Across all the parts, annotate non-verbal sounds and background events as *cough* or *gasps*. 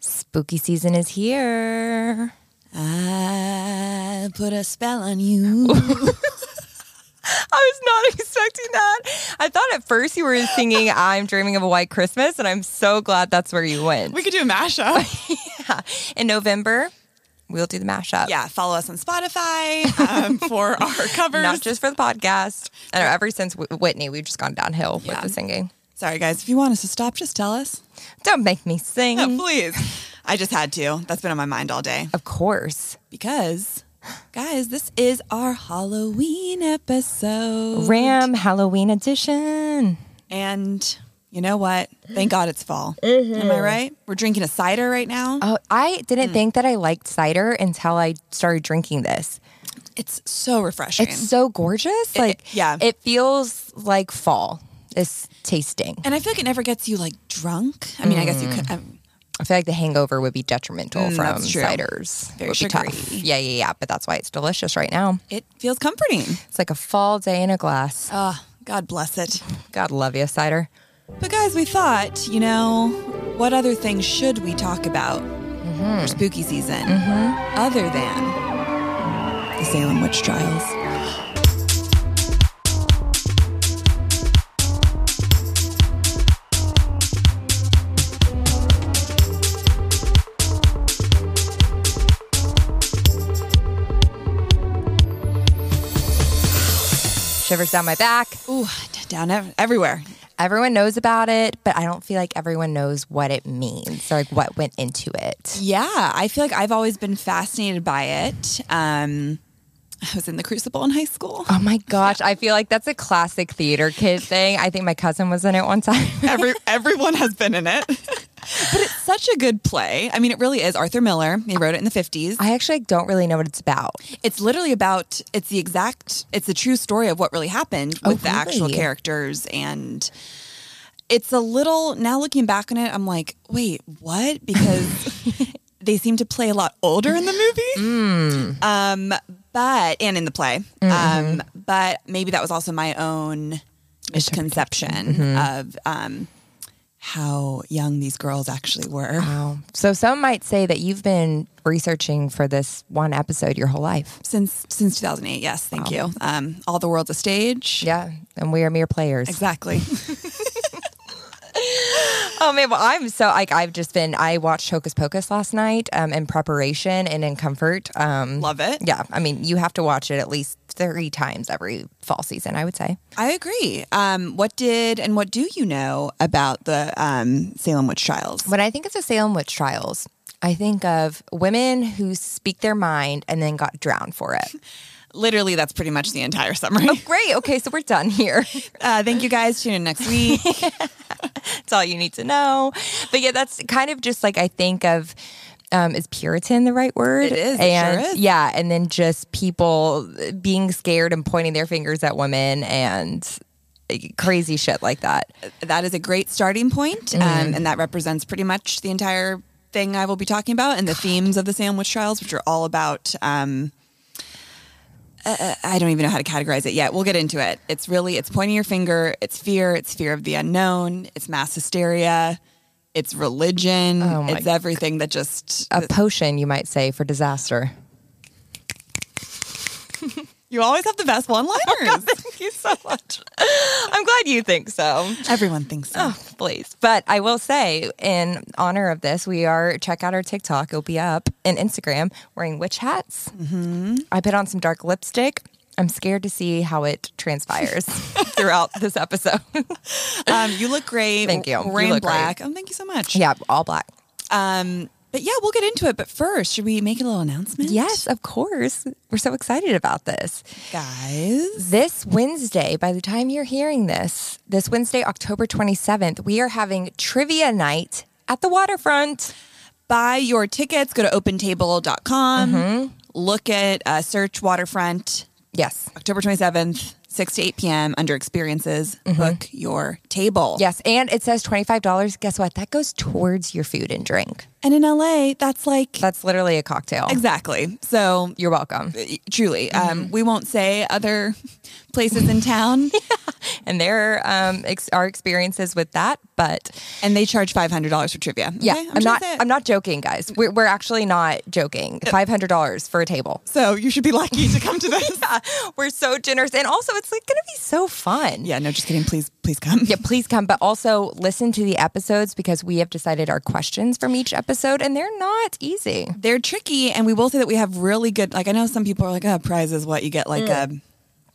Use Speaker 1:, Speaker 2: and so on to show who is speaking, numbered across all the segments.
Speaker 1: Spooky season is here.
Speaker 2: I put a spell on you.
Speaker 1: I was not *laughs* expecting that. I thought at first you were singing *laughs* I'm Dreaming of a White Christmas, and I'm so glad that's where you went.
Speaker 2: *laughs* we could do a mashup.
Speaker 1: In November, we'll do the mashup.
Speaker 2: *laughs* yeah, follow us on Spotify *laughs* um, for our covers.
Speaker 1: Not just for the podcast. I know ever since Wh- Whitney, we've just gone downhill with
Speaker 2: Yeah.
Speaker 1: the singing.
Speaker 2: Sorry, guys. If you want us to stop, just tell us.
Speaker 1: Don't make me sing.
Speaker 2: Yeah, please. I just had to. That's been on my mind all day.
Speaker 1: Of course.
Speaker 2: Because, guys, this is our Halloween episode.
Speaker 1: Ram Halloween edition.
Speaker 2: And you know what? Thank God it's fall. Am I right? We're drinking a cider right now.
Speaker 1: Oh, I didn't think that I liked cider until I started drinking this.
Speaker 2: It's so refreshing.
Speaker 1: It's so gorgeous. Like,
Speaker 2: yeah.
Speaker 1: it feels like fall is tasting.
Speaker 2: and I feel like it never gets you like drunk. I mean, I guess you could. um, I'm,
Speaker 1: I feel like the hangover would be detrimental from
Speaker 2: Mm, that's true.
Speaker 1: ciders.
Speaker 2: Very
Speaker 1: It would be
Speaker 2: sugary.
Speaker 1: tough. Yeah, yeah, yeah. But that's why it's delicious right now.
Speaker 2: it feels comforting.
Speaker 1: It's like a fall day in a glass.
Speaker 2: Ah, God bless it.
Speaker 1: God love you, cider.
Speaker 2: But guys, we thought, you know, what other things should we talk about for spooky season other than the Salem witch trials?
Speaker 1: Shivers down my back.
Speaker 2: Ooh, d- down ev- everywhere.
Speaker 1: Everyone knows about it, but I don't feel like everyone knows what it means or like what went into it.
Speaker 2: Yeah, I feel like I've always been fascinated by it. Um, I was in the Crucible in high school.
Speaker 1: Oh my gosh, I feel like that's a classic theater kid thing. I think my cousin was in it one time.
Speaker 2: *laughs*
Speaker 1: *laughs*
Speaker 2: Every everyone has been in it. *laughs* but it's such a good play. I mean, it really is. Arthur Miller, he wrote it in the 50s.
Speaker 1: I actually don't really know what it's about.
Speaker 2: It's literally about it's the exact it's the true story of what really happened with the actual
Speaker 1: really?
Speaker 2: characters and it's a little now looking back on it I'm like, "Wait, what?" because they seem to play a lot older in the movie. Um but and in the play. Um but maybe that was also my own misconception of um how young these girls actually were.
Speaker 1: Wow. Oh. So some might say that you've been researching for this one episode your whole life.
Speaker 2: Since since 2008, yes, thank you. Um, all the world's a stage.
Speaker 1: Yeah, and we are mere players.
Speaker 2: Exactly.
Speaker 1: Oh man, well I'm so like I've just been I watched Hocus Pocus last night um, in preparation and in comfort. Um,
Speaker 2: Love it.
Speaker 1: Yeah, I mean you have to watch it at least three times every fall season. I would say.
Speaker 2: I agree. Um, what did and what do you know about the um, Salem witch trials?
Speaker 1: When I think of the Salem witch trials, I think of women who speak their mind and then got drowned for it.
Speaker 2: Literally, that's pretty much the entire summary.
Speaker 1: *laughs* Great. Okay, so we're done *laughs* here.
Speaker 2: *laughs* Uh, thank you guys. Tune in next week.
Speaker 1: That's all you need to know. But yeah, that's kind of just like I think of. Um, is Puritan the right word?
Speaker 2: It is, it sure
Speaker 1: And
Speaker 2: is.
Speaker 1: yeah, and then just people being scared and pointing their fingers at women and crazy shit like that.
Speaker 2: that is a great starting point,
Speaker 1: Mm-hmm.
Speaker 2: um, and that represents pretty much the entire thing I will be talking about and the themes of the Salem witch trials, which are all about. Um, uh, I don't even know how to categorize it yet. We'll get into it. It's really it's pointing your finger. It's fear. It's fear of the unknown. It's mass hysteria. It's religion.
Speaker 1: Oh my Uh,
Speaker 2: it's everything that just
Speaker 1: A potion, you might say, for
Speaker 2: *laughs*
Speaker 1: disaster.
Speaker 2: You always have the best one
Speaker 1: oh
Speaker 2: liners.
Speaker 1: Thank you so much. I'm glad you think so.
Speaker 2: Everyone thinks so.
Speaker 1: Oh, Please. But I will say, in honor of this, we are check out our TikTok. It'll be up and Instagram wearing witch hats. I put on some dark lipstick. I'm scared to see how it *laughs* transpires throughout this episode.
Speaker 2: *laughs* Um, you look great.
Speaker 1: Thank you.
Speaker 2: We're
Speaker 1: You
Speaker 2: in
Speaker 1: look great.
Speaker 2: black. Oh, thank you so
Speaker 1: *laughs*
Speaker 2: much.
Speaker 1: yeah, all black.
Speaker 2: Um, but yeah, we'll get into it. But first, should we make a little announcement?
Speaker 1: Yes, of course. We're so excited about this.
Speaker 2: Guys.
Speaker 1: This Wednesday, by the time you're hearing this, this Wednesday, October 27th, we are having trivia night at the waterfront.
Speaker 2: Buy your tickets. Go to opentable.com.
Speaker 1: Mm-hmm.
Speaker 2: Look at uh, search waterfront,
Speaker 1: Yes.
Speaker 2: October 27th, 6 to 8 p.m. under experiences.
Speaker 1: Mm-hmm.
Speaker 2: Book your table.
Speaker 1: Yes. And it says $25. Guess what? That goes towards your food and drink.
Speaker 2: And in LA, that's like.
Speaker 1: That's literally a cocktail.
Speaker 2: exactly. So
Speaker 1: You're welcome.
Speaker 2: truly um, we won't say other places
Speaker 1: *laughs*
Speaker 2: in town,
Speaker 1: and their um, ex- our experiences with that. But
Speaker 2: and they charge five hundred dollars for trivia.
Speaker 1: yeah,
Speaker 2: Okay,
Speaker 1: I'm, not.
Speaker 2: just-
Speaker 1: I'm not joking, guys. We're, we're actually not joking. Five hundred dollars for a *laughs* table.
Speaker 2: so you should be lucky to come
Speaker 1: *laughs*
Speaker 2: to this. yeah.
Speaker 1: We're so generous, and also it's like going to be so fun.
Speaker 2: no, just kidding. Please, please come.
Speaker 1: Yeah, please come, but also listen to the episodes because we have decided our questions from each episode, and they're not easy.
Speaker 2: They're tricky, and we will say that we have really good. Like I know some people are like, "Oh, prize is what you get, like a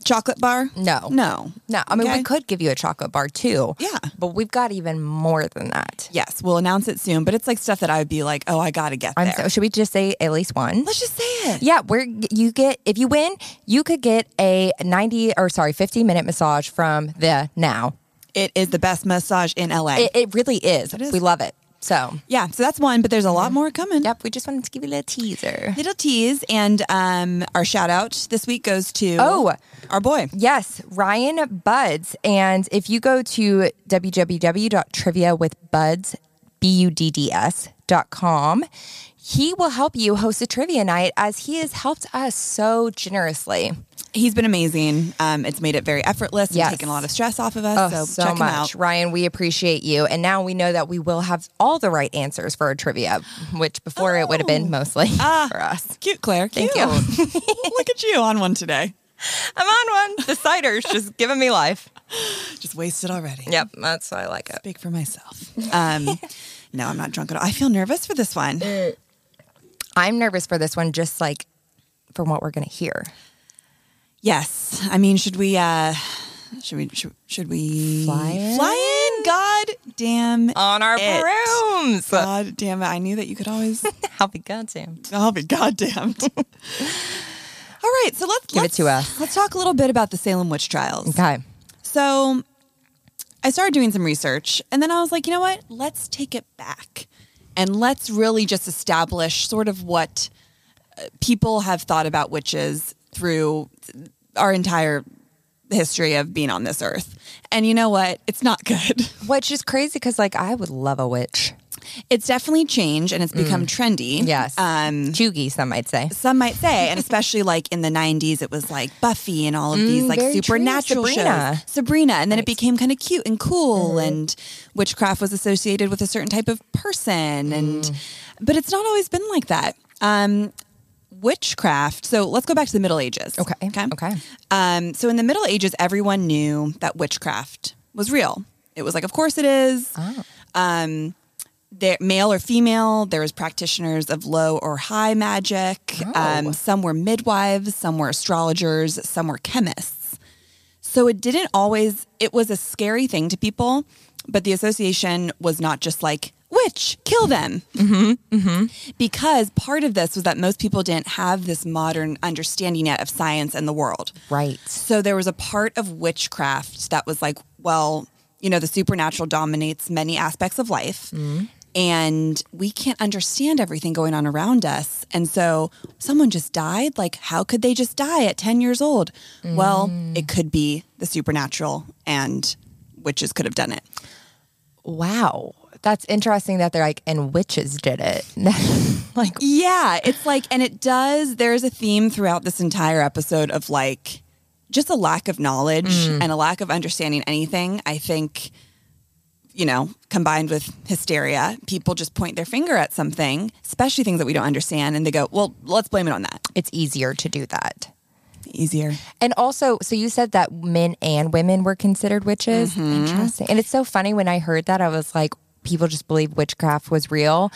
Speaker 2: chocolate bar."
Speaker 1: Mm. No.
Speaker 2: no,
Speaker 1: No, I mean
Speaker 2: Okay?
Speaker 1: we could give you a chocolate bar too.
Speaker 2: Yeah.
Speaker 1: but we've got even more than that.
Speaker 2: Yes, we'll announce it soon. But it's like stuff that I would be like, "Oh, I got to get
Speaker 1: I'm
Speaker 2: there."
Speaker 1: so. Should we just say at least one?
Speaker 2: Let's just say it.
Speaker 1: Yeah, we're you get if you win, you could get a 90 or sorry, 50 minute massage from the now.
Speaker 2: It is the best massage in LA.
Speaker 1: It, it really is.
Speaker 2: is.
Speaker 1: We love it. So,
Speaker 2: yeah, so that's one, but there's a lot more coming.
Speaker 1: Mm-hmm. yep, we just wanted to give you a little teaser.
Speaker 2: Little tease, and um, our shout out this week goes to
Speaker 1: Oh.
Speaker 2: our boy.
Speaker 1: Yes, Ryan Buds. And if you go to www.triviawithbuds, B U D D S, dot com, he will help you host a trivia night as he has helped us so generously.
Speaker 2: He's been amazing. Um, it's made it very effortless and
Speaker 1: Yes.
Speaker 2: taken a lot of stress off of us.
Speaker 1: Oh,
Speaker 2: so,
Speaker 1: so
Speaker 2: check
Speaker 1: much.
Speaker 2: him out.
Speaker 1: Ryan, we appreciate you. And now we know that we will have all the right answers for our trivia, which before it would have been mostly *laughs* for us.
Speaker 2: Cute, Claire. Cute.
Speaker 1: Thank you.
Speaker 2: *laughs* Look at you on one today.
Speaker 1: I'm on one. The cider's just giving me life.
Speaker 2: Just wasted already.
Speaker 1: Yep, that's why I like it.
Speaker 2: Speak for myself.
Speaker 1: *laughs*
Speaker 2: Um, no, I'm not drunk at all. I feel nervous for this one.
Speaker 1: I'm nervous for this one, just like from what we're going to hear.
Speaker 2: Yes, I mean, should we? Uh, should we? Should, should we
Speaker 1: Fly in?
Speaker 2: Fly in? God damn!
Speaker 1: On our
Speaker 2: it.
Speaker 1: brooms. *laughs*
Speaker 2: God damn it! I knew that you could always. *laughs*
Speaker 1: I'll be goddamned.
Speaker 2: I'll
Speaker 1: *laughs*
Speaker 2: be goddamned. All right, so let's
Speaker 1: Give it
Speaker 2: let's-
Speaker 1: to us.
Speaker 2: Let's talk a little bit about the Salem witch trials.
Speaker 1: Okay.
Speaker 2: So I started doing some research and then I was like, you know what? Let's take it back and let's really just establish sort of what uh, people have thought about witches through our entire history of being on this earth. And you know what? It's not *laughs* good.
Speaker 1: Which is crazy because, like, I would love a witch.
Speaker 2: It's definitely changed and it's become trendy.
Speaker 1: Yes.
Speaker 2: Um,
Speaker 1: Chuggy, some might say.
Speaker 2: some might say, and especially like in the '90s, it was like Buffy and all of these like
Speaker 1: Mm, very true.
Speaker 2: supernatural
Speaker 1: Sabrina. Mm-hmm.
Speaker 2: shows, Sabrina, and then it became kind of cute and cool, and witchcraft was associated with a certain type of person, and
Speaker 1: Mm.
Speaker 2: but it's not always been like that. Um, witchcraft. So let's go back to the Middle Ages.
Speaker 1: Okay.
Speaker 2: Okay.
Speaker 1: Okay.
Speaker 2: Um, so in the Middle Ages, everyone knew that witchcraft was real. It was like, of course it is.
Speaker 1: Ah.
Speaker 2: Um, there, male or female, there was practitioners of low or high magic.
Speaker 1: Oh.
Speaker 2: Um, some were midwives, some were astrologers, some were chemists. So it didn't always. It was a scary thing to people, but the association was not just like witch, kill them because part of this was that most people didn't have this modern understanding yet of science and the world.
Speaker 1: Right.
Speaker 2: So there was a part of witchcraft that was like, well, you know, the supernatural dominates many aspects of life. And we can't understand everything going on around us. And so someone just died. Like, how could they just die at 10 years old? Well, it could be the supernatural, and witches could have done it.
Speaker 1: Wow. That's interesting that they're like, and witches did it. *laughs* like,
Speaker 2: Yeah, it's like, and it does. There's a theme throughout this entire episode of like just a lack of knowledge and a lack of understanding anything. I think, you know, combined with hysteria, people just point their finger at something, especially things that we don't understand, and they go, well, let's blame it on that.
Speaker 1: it's easier to do that.
Speaker 2: Easier.
Speaker 1: And also, so you said that men and women were considered witches. Interesting. And it's so funny when I heard that, I was like, people just believe witchcraft was real.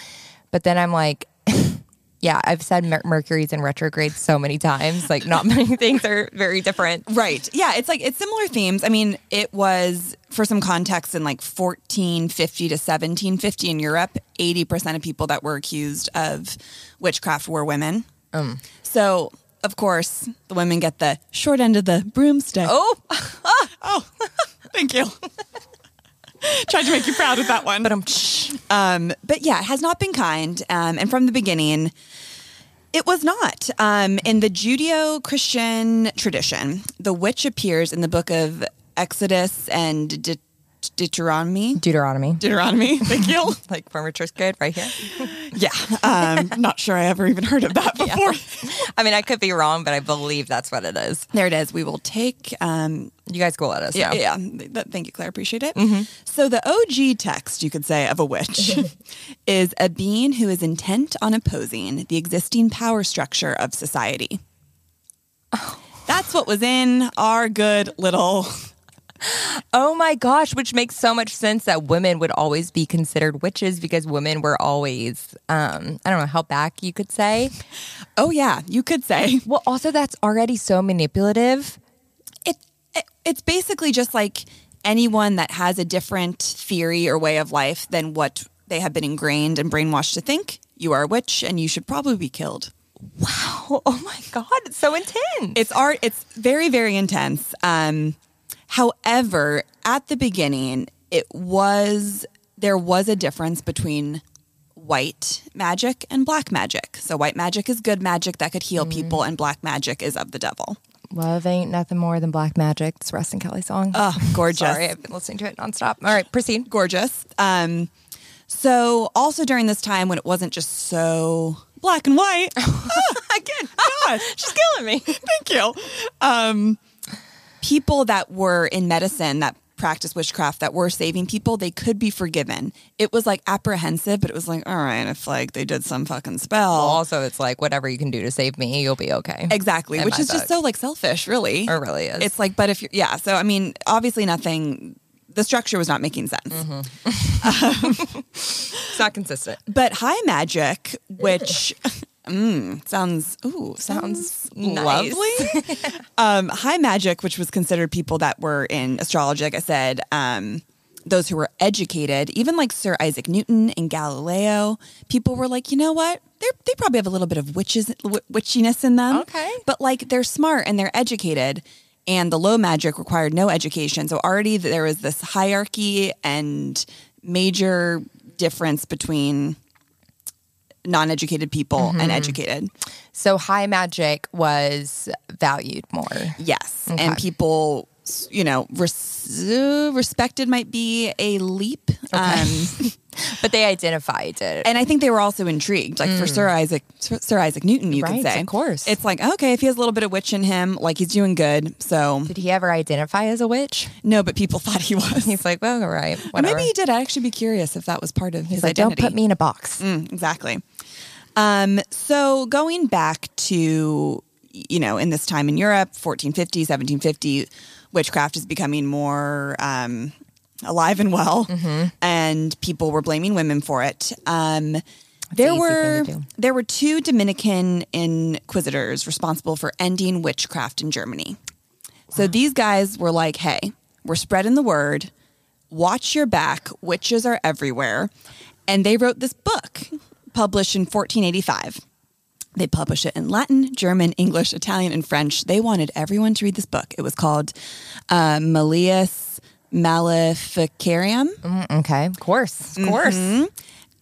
Speaker 1: But then I'm like, *laughs* yeah, I've said Mer- Mercury's in retrograde so many times. Like, not many *laughs* things are very different.
Speaker 2: Right. Yeah. It's like, it's similar themes. I mean, it was, for some context, in like 1450 to 1750 in Europe, 80% of people that were accused of witchcraft were women. So, of course, the women get the short end of the broomstick. *laughs*
Speaker 1: Oh,
Speaker 2: Oh. Thank you. *laughs* Tried to make you proud with that one. But,
Speaker 1: um,
Speaker 2: um, but yeah, it has not been kind. Um, and from the beginning, it was not. Um, in the Judeo Christian tradition, the witch appears in the book of Exodus and De- Deuteronomy.
Speaker 1: Deuteronomy.
Speaker 2: Deuteronomy. *laughs* Thank you.
Speaker 1: *laughs* Like former church kid right here.
Speaker 2: yeah. Um, not sure I ever even heard of *laughs* that before.
Speaker 1: *laughs* I mean, I could be wrong, but I believe that's what it is.
Speaker 2: There it is. We will take. Um,
Speaker 1: You guys go let us know.
Speaker 2: yeah. Mm-hmm. th- th- Thank you, Claire. Appreciate it. So the OG text, you could say, of a *laughs* witch is a being who is intent on opposing the existing power structure of society. Oh. That's what was in our good little
Speaker 1: Oh my gosh, which makes so much sense that women would always be considered witches because women were always, um, I don't know, held back, you could say.
Speaker 2: Oh yeah, you could say *laughs*
Speaker 1: Well, also, that's already so manipulative.
Speaker 2: it, it. It's basically just like anyone that has a different theory or way of life than what they have been ingrained and brainwashed to think. You are a witch, and you should probably be killed.
Speaker 1: Wow. Oh my God, it's so intense.
Speaker 2: It's art. It's very very intense. Um, however, at the beginning, it was there was a difference between white magic and black magic. So white magic is good magic that could heal people, and black magic is of the devil.
Speaker 1: Love ain't nothing more than black magic. It's a Rustin Kelly song.
Speaker 2: Oh, gorgeous.
Speaker 1: Sorry, I've been listening to it nonstop. All right, proceed.
Speaker 2: gorgeous. Um, so also during this time when it wasn't just so black and white,
Speaker 1: *laughs*
Speaker 2: Ah,
Speaker 1: Again, *laughs* she's killing me.
Speaker 2: *laughs* thank you. Um, people that were in medicine that practiced witchcraft that were saving people, they could be forgiven. It was like apprehensive, but it was like, all right, if like they did some fucking spell.
Speaker 1: Also, it's like whatever you can do to save me, you'll be okay.
Speaker 2: Exactly,
Speaker 1: In
Speaker 2: which
Speaker 1: my
Speaker 2: is just
Speaker 1: book.
Speaker 2: so like selfish, really.
Speaker 1: It really is.
Speaker 2: It's like, but if you're, yeah. So, I mean, obviously, nothing, the structure was not making sense.
Speaker 1: Mm-hmm. it's not consistent.
Speaker 2: But high magic, which *laughs* mm, sounds ooh sounds,
Speaker 1: nice.
Speaker 2: lovely. *laughs* um, high magic, which was considered people that were in astrology, like I said, um, those who were educated, even like Sir Isaac Newton and Galileo, people were like, you know what? They they probably have a little bit of witches w- witchiness in them.
Speaker 1: Okay.
Speaker 2: but like they're smart and they're educated. And the low magic required no education. So already there was this hierarchy and major difference between non-educated people and educated.
Speaker 1: So, high magic was valued more.
Speaker 2: Yes, and people, s- you know, res- uh, respected might be a leap. Um,
Speaker 1: But they identified it.
Speaker 2: and I think they were also intrigued, like for Sir Isaac, Sir, Sir Isaac Newton, you
Speaker 1: Mm. Right,
Speaker 2: could say,
Speaker 1: of course.
Speaker 2: it's like okay, if he has a little bit of witch in him, like he's doing good. So
Speaker 1: Did he ever identify as a witch?
Speaker 2: no, but people *laughs* thought he
Speaker 1: *laughs*
Speaker 2: was.
Speaker 1: He's like, well, all right,
Speaker 2: Or
Speaker 1: whatever.
Speaker 2: maybe he did. I'd actually be curious if that was part of his
Speaker 1: He's like, don't
Speaker 2: identity.
Speaker 1: put me in a box.
Speaker 2: Mm, exactly. Um, so going back to, you know, in this time in Europe, 1450, 1750, witchcraft is becoming more um, alive and well,
Speaker 1: Mm-hmm.
Speaker 2: and people were blaming women for it. Um, there
Speaker 1: an easy
Speaker 2: were
Speaker 1: thing to do.
Speaker 2: there were two Dominican inquisitors responsible for ending witchcraft in Germany. So these guys were like, hey, we're spreading the word. Watch your back. Witches are everywhere. And they wrote this book published in 1485. They published it in Latin, German, English, Italian, and French. They wanted everyone to read this book. It was called uh, Malleus Maleficarium.
Speaker 1: Mm, okay, of course, of course.
Speaker 2: And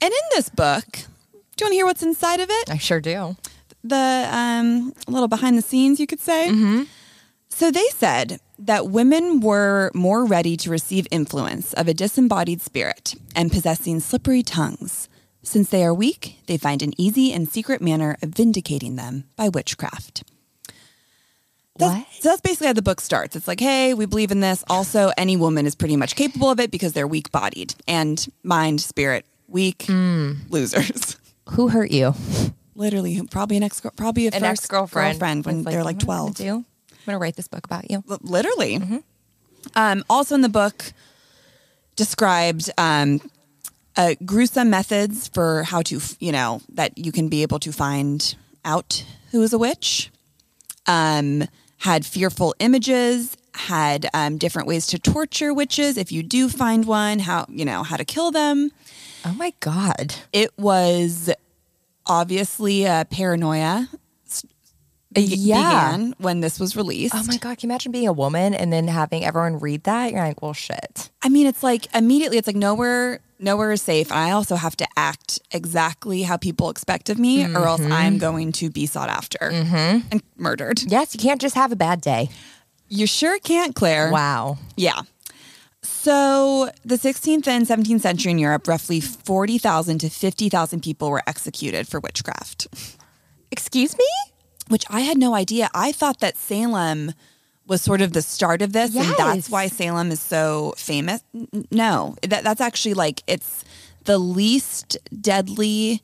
Speaker 2: in this book, do you want to hear what's inside of it?
Speaker 1: I sure do.
Speaker 2: the um, little behind the scenes, you could say. So they said that women were more ready to receive influence of a disembodied spirit and possessing slippery tongues. Since they are weak, they find an easy and secret manner of vindicating them by witchcraft. That's,
Speaker 1: What?
Speaker 2: So that's basically how the book starts. It's like, hey, we believe in this. Also, any woman is pretty much capable of it because they're weak bodied and mind, spirit, weak, losers *laughs*
Speaker 1: Who hurt you?
Speaker 2: literally who- probably an ex probably a
Speaker 1: An
Speaker 2: first
Speaker 1: ex girlfriend.
Speaker 2: girlfriend when they're
Speaker 1: mm-hmm,
Speaker 2: like 12
Speaker 1: I'm gonna, do? I'm gonna write this book about you.
Speaker 2: L- literally um, also in the book described um, uh, gruesome methods for how to f- you know that you can be able to find out who is a witch um, had fearful images had um, different ways to torture witches if you do find one how you know how to kill them
Speaker 1: Oh my god,
Speaker 2: it was obviously a paranoia s- be-
Speaker 1: Yeah.
Speaker 2: began when this was released.
Speaker 1: oh my god! Can you imagine being a woman and then having everyone read that? You're like, well, shit.
Speaker 2: I mean, it's like immediately, it's like nowhere, nowhere is safe. And I also have to act exactly how people expect of me, or else I'm going to be sought after and murdered.
Speaker 1: Yes, you can't just have a bad day.
Speaker 2: You sure can't, Claire.
Speaker 1: Wow.
Speaker 2: Yeah. So, the 16th and 17th century in Europe, roughly 40,000 to 50,000 people were executed for witchcraft,
Speaker 1: Excuse me?
Speaker 2: which I had no idea. I thought that Salem was sort of the start of this, and that's
Speaker 1: Yes.
Speaker 2: why Salem is so famous. N- n- No, that, that's actually like it's the least deadly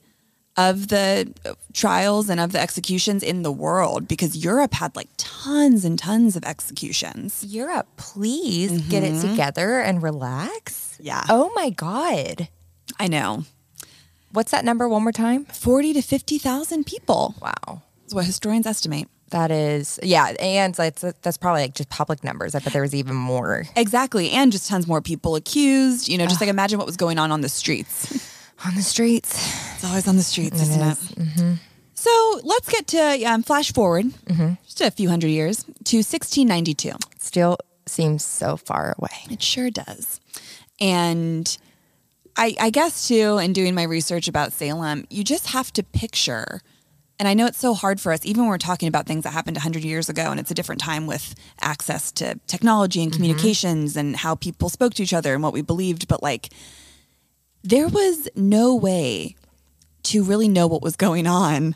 Speaker 2: of the uh, trials and of the executions in the world because Europe had like tons and tons of executions.
Speaker 1: Europe, please get it together and relax.
Speaker 2: Yeah.
Speaker 1: Oh my God.
Speaker 2: I know.
Speaker 1: What's that number one more time?
Speaker 2: 40 to 50,000 people.
Speaker 1: Wow.
Speaker 2: That's what historians estimate.
Speaker 1: That is, yeah. And that's, that's probably like just public numbers. I bet there was even more.
Speaker 2: Exactly. And just tons more people accused. You know, just like imagine what was going on on the streets.
Speaker 1: On the streets.
Speaker 2: It's always on the streets, isn't it? So let's get to um, flash forward just a few hundred years to 1692.
Speaker 1: Still seems so far away.
Speaker 2: It sure does. And I, I guess, too, in doing my research about Salem, you just have to picture. And I know it's so hard for us, even when we're talking about things that happened 100 years ago, and it's a different time with access to technology and communications and how people spoke to each other and what we believed. But like, there was no way to really know what was going on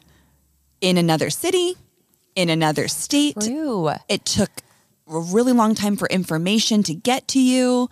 Speaker 2: in another city, in another state
Speaker 1: True.
Speaker 2: it took a really long time for information to get to you.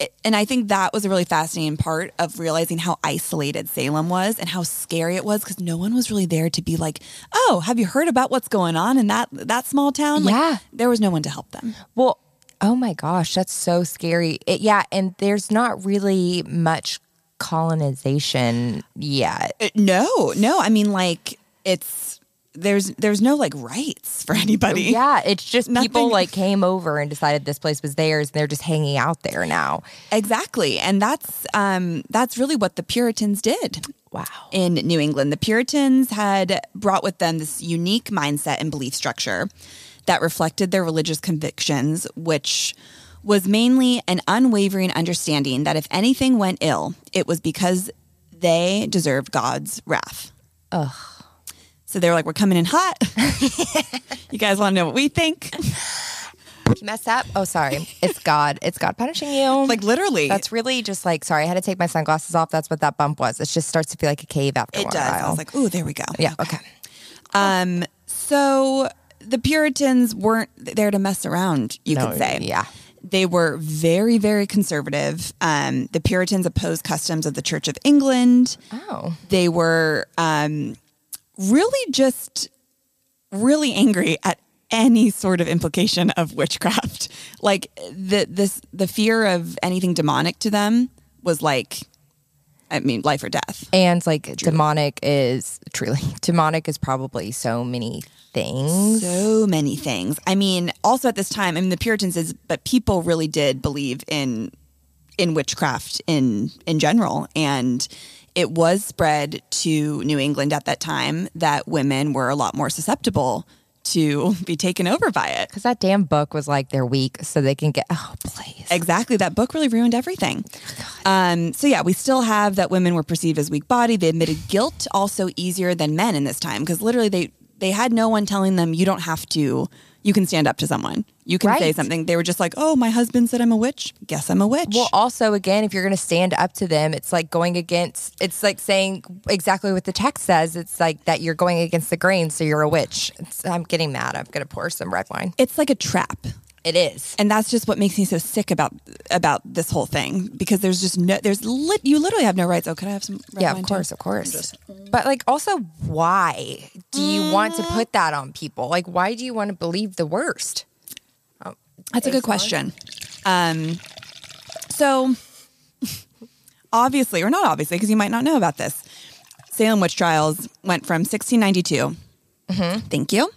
Speaker 2: It- And I think that was a really fascinating part of realizing how isolated Salem was and how scary it was because no one was really there to be like, "Oh, have you heard about what's going on in that that small town?" Like,
Speaker 1: Yeah.
Speaker 2: there was no one to help them.
Speaker 1: Well, oh my gosh, that's so scary. It, yeah, and there's not really much colonization *laughs* yet.
Speaker 2: Uh, no, no. I mean, like it's there's there's no like rights for anybody.
Speaker 1: Yeah, it's just people
Speaker 2: Nothing-
Speaker 1: like came over and decided this place was theirs and they're just hanging out there now.
Speaker 2: Exactly, and that's um that's really what the Puritans did.
Speaker 1: Wow.
Speaker 2: in New England. The Puritans had brought with them this unique mindset and belief structure that reflected their religious convictions, which was mainly an unwavering understanding that if anything went ill, it was because they deserved God's wrath.
Speaker 1: Ugh.
Speaker 2: So they were like, we're coming in hot.
Speaker 1: *laughs*
Speaker 2: you guys want to know what we think?
Speaker 1: Mess up. Oh, sorry. *laughs* It's God. It's God punishing you.
Speaker 2: Like, literally.
Speaker 1: that's really just like sorry. I had to take my sunglasses off. That's what that bump was. It just starts to feel like a cave after a
Speaker 2: it does.
Speaker 1: while.
Speaker 2: I was like, oh, there we go.
Speaker 1: yeah. Okay.
Speaker 2: Um, so the Puritans weren't there to mess around, you
Speaker 1: No,
Speaker 2: could say.
Speaker 1: yeah.
Speaker 2: They were very, very conservative. Um, the Puritans opposed customs of the Church of England.
Speaker 1: Oh.
Speaker 2: They were um, really just really angry at any sort of implication of witchcraft. Like the this the fear of anything demonic to them was like, I mean, life or death.
Speaker 1: And like demonic is truly *laughs* demonic is probably so many things.
Speaker 2: so many things. I mean, also at this time, I mean, the Puritans is, but people really did believe in in witchcraft in in general, and it was spread to New England at that time that women were a lot more susceptible to be taken over by it.
Speaker 1: Because that damn book was like they're weak, so they can get oh please.
Speaker 2: Exactly. That book really ruined everything. Um, so, yeah, we still have that women were perceived as weak body. They admitted guilt also easier than men in this time because literally they, they had no one telling them, you don't have to, you can stand up to someone. You can say
Speaker 1: Right.
Speaker 2: something. They were just like, oh, my husband said I'm a witch. Guess I'm a witch.
Speaker 1: Well, also again, if you're going to stand up to them, it's like going against. It's like saying exactly what the text says. It's like that you're going against the grain, so you're a witch. It's, I'm getting mad. I'm going to pour some red wine.
Speaker 2: it's like a trap.
Speaker 1: It is.
Speaker 2: And that's just what makes me so sick about about this whole thing because there's just no there's lit you literally have no rights. Oh, could I have some? Red
Speaker 1: Yeah,
Speaker 2: wine
Speaker 1: of
Speaker 2: too?
Speaker 1: course, of course.
Speaker 2: mm.
Speaker 1: but like, also, why do you want to put that on people? Like, why do you want to believe the worst?
Speaker 2: That's a good question. Um, so, *laughs* obviously, or not obviously, because you might not know about this, Salem witch trials went from 1692,
Speaker 1: Mm-hmm.
Speaker 2: thank you,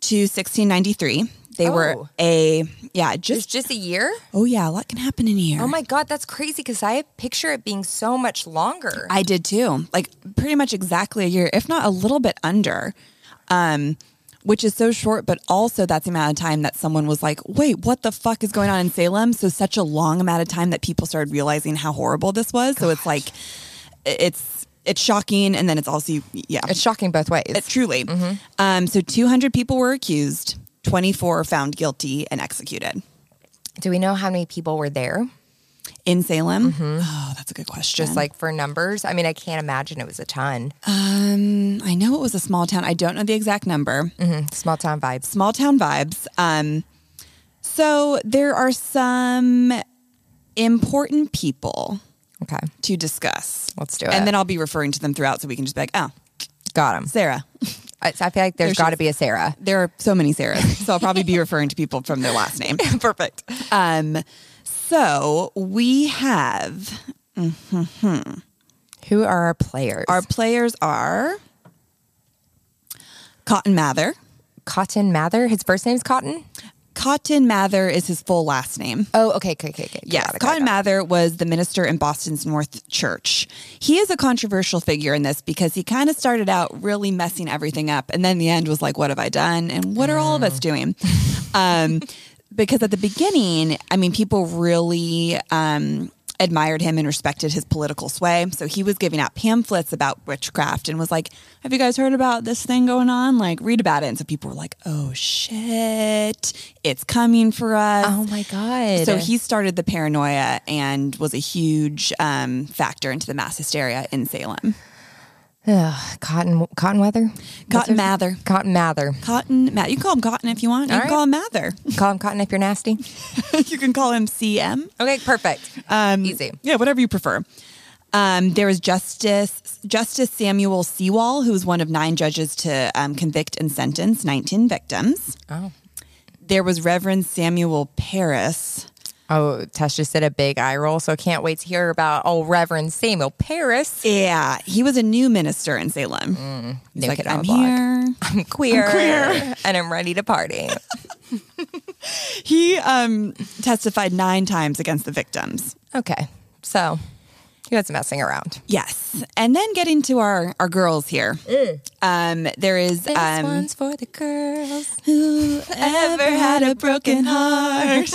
Speaker 2: to 1693. They were
Speaker 1: Oh.
Speaker 2: a, yeah,
Speaker 1: It's
Speaker 2: just,
Speaker 1: just a year.
Speaker 2: oh yeah, a lot can happen in a year.
Speaker 1: Oh my god, that's crazy. Because I picture it being so much longer.
Speaker 2: I did too. Like pretty much exactly a year, if not a little bit under. Um, which is so short, but also that's the amount of time that someone was like, wait, what the fuck is going on in Salem? So such a long amount of time that people started realizing how horrible this was. So it's like it's it's shocking and then it's also yeah.
Speaker 1: it's Mm-hmm. shocking both ways.
Speaker 2: It truly. Um, so 200 people were accused, 24 found guilty and executed.
Speaker 1: Do we know how many people were there?
Speaker 2: in Salem? Oh, that's a good question.
Speaker 1: Mm-hmm. Just like for numbers? I mean, I can't imagine it was a ton.
Speaker 2: um, I know it was a small town. I don't know the exact number.
Speaker 1: Mhm. Small town vibes.
Speaker 2: Small town vibes. Um, so there are some important people
Speaker 1: Okay,
Speaker 2: to discuss.
Speaker 1: let's do it.
Speaker 2: And then I'll be referring to them throughout so we can just be like, oh,
Speaker 1: got him.
Speaker 2: Sarah. *laughs*
Speaker 1: I, I feel like there's
Speaker 2: she
Speaker 1: got to be a Sarah.
Speaker 2: There are so many Sarahs. So I'll probably be referring to people from their last name.
Speaker 1: Perfect.
Speaker 2: Um, so we have
Speaker 1: Who are our players?
Speaker 2: our players are Cotton Mather.
Speaker 1: Cotton Mather. His first name's Cotton.
Speaker 2: Cotton Mather is his full last name.
Speaker 1: Oh, okay, okay, okay, okay.
Speaker 2: Yes,
Speaker 1: Got it, got it,
Speaker 2: Cotton
Speaker 1: got
Speaker 2: Mather was the minister in Boston's North Church. He is a controversial figure in this because he kind of started out really messing everything up, and then the end was like, "What have I done?" and "What are all of us doing?" um, *laughs* because at the beginning, I mean, people really um, admired him and respected his political sway. So he was giving out pamphlets about witchcraft and was like, "Have you guys heard about this thing going on? Like, read about it." And so people were like, "Oh shit, it's coming for us."
Speaker 1: it. Oh my god.
Speaker 2: So he started the paranoia and was a huge um, factor into the mass hysteria in Salem.
Speaker 1: Ugh, Cotton Cotton Weather. What's
Speaker 2: Cotton
Speaker 1: his-
Speaker 2: Mather.
Speaker 1: Cotton Mather.
Speaker 2: Cotton, Matt. You can call him Cotton if you want. You
Speaker 1: All
Speaker 2: can
Speaker 1: right.
Speaker 2: call him Mather. *laughs*
Speaker 1: Call him Cotton if you're nasty.
Speaker 2: you can call him CM.
Speaker 1: *laughs* Okay, perfect.
Speaker 2: Um,
Speaker 1: Easy.
Speaker 2: Yeah, whatever you prefer. Um, there was Justice Justice Samuel Sewall, who was one of nine judges to um, convict and sentence 19 victims.
Speaker 1: Oh.
Speaker 2: There was Reverend Samuel Paris.
Speaker 1: Oh, Tess just did a big eye roll, so can't wait to hear about old Reverend Samuel Paris.
Speaker 2: Yeah, he was a new minister in Salem. He's
Speaker 1: New
Speaker 2: like,
Speaker 1: kid Mm. on
Speaker 2: I'm
Speaker 1: the block."
Speaker 2: here.
Speaker 1: I'm queer, *laughs* and I'm ready to party.
Speaker 2: He um, testified nine times against the victims.
Speaker 1: okay, so he was messing around.
Speaker 2: Yes. And then getting to our, our girls here. Um, there is
Speaker 1: This
Speaker 2: um,
Speaker 1: one's for the *laughs* girls.
Speaker 2: ever had a broken heart.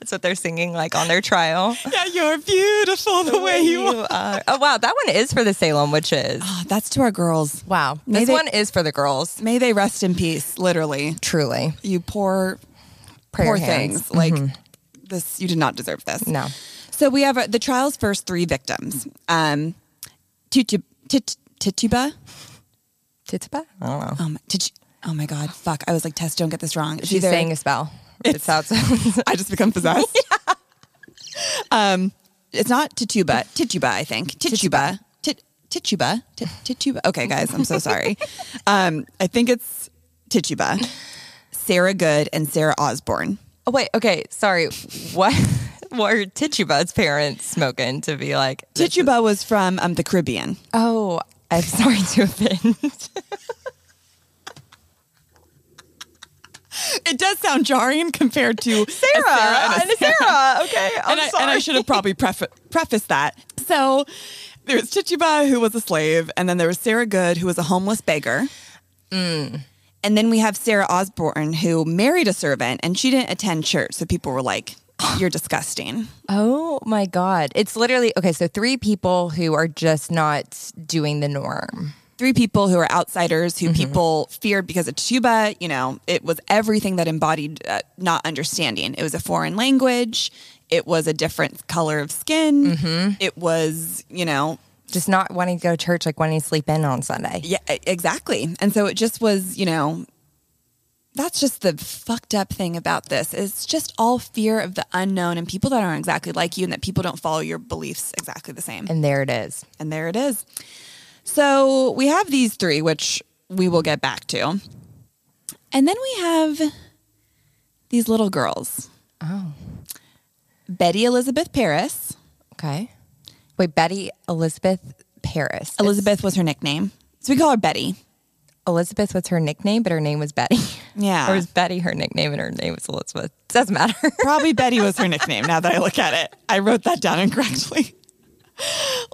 Speaker 1: That's what they're singing like on their *laughs* trial.
Speaker 2: *laughs* yeah, you're beautiful the way you are.
Speaker 1: are. Oh wow, that one is for the Salem *gasps* witches.
Speaker 2: Oh, that's to our girls.
Speaker 1: Wow,
Speaker 2: May
Speaker 1: this
Speaker 2: they-
Speaker 1: one is for the girls.
Speaker 2: May they rest in peace, literally.
Speaker 1: Truly,
Speaker 2: You poor,
Speaker 1: Prayer
Speaker 2: poor Mm-hmm.
Speaker 1: hands.
Speaker 2: things. Like this, you did not deserve this.
Speaker 1: No.
Speaker 2: So we have uh, the trial's first three victims. Um, Tutu- Tit- Tituba.
Speaker 1: Tituba? I don't know.
Speaker 2: Um, Titu- oh my God, fuck. I was like, Tess, don't get this wrong.
Speaker 1: She's
Speaker 2: either-
Speaker 1: saying a spell. It's how it sounds.
Speaker 2: *laughs* I just become possessed. *laughs* Um, it's not Tituba. Tituba, I think. Tituba. Tit- Tituba. Tit- Tituba. Okay, guys, I'm so *laughs* sorry. um, I think it's Tituba. Sarah Good and Sarah Osborne.
Speaker 1: Oh, *laughs* wait, okay, sorry. What *laughs* were Tituba's parents smoking to be like?
Speaker 2: Tituba was from um, the Caribbean.
Speaker 1: oh, I'm sorry to offend.
Speaker 2: It does sound jarring compared to Sarah.
Speaker 1: and a Sarah. Okay, I'm
Speaker 2: and, I,
Speaker 1: sorry.
Speaker 2: and I should have probably pref- prefaced that. So there was Chichiba, who was a slave, and then there was Sarah Good, who was a homeless beggar.
Speaker 1: Mm.
Speaker 2: And then we have Sarah Osborne, who married a servant, and she didn't attend church. So people
Speaker 1: *sighs*
Speaker 2: were like, you're disgusting.
Speaker 1: oh my God. It's literally, okay, so three people who are just not doing the norm.
Speaker 2: Three people who are outsiders,
Speaker 1: Mm-hmm.
Speaker 2: who people feared because of Chichiba, you know, it was everything that embodied uh, not understanding. It was a foreign language. It was a different color of skin.
Speaker 1: Mm-hmm.
Speaker 2: It was, you know,
Speaker 1: Just not wanting to go to church, like wanting to sleep in on Sunday.
Speaker 2: Yeah, e- exactly. And so it just was, you know, that's just the fucked up thing about this. It's just all fear of the unknown and people that aren't exactly like you and that people don't follow your beliefs exactly the same.
Speaker 1: And there it is.
Speaker 2: And there it is. So we have these three, which we will get back to. And then we have these little girls
Speaker 1: Oh,
Speaker 2: Betty Elizabeth Paris.
Speaker 1: okay. Wait, Betty Elizabeth Paris.
Speaker 2: Elizabeth was her nickname. So we call her Betty.
Speaker 1: Elizabeth was her nickname, but her name was Betty. *laughs*
Speaker 2: Yeah.
Speaker 1: Or was Betty her nickname and her name was Elizabeth? Doesn't matter. *laughs*
Speaker 2: Probably Betty was her nickname now that I look at it. I wrote that down incorrectly.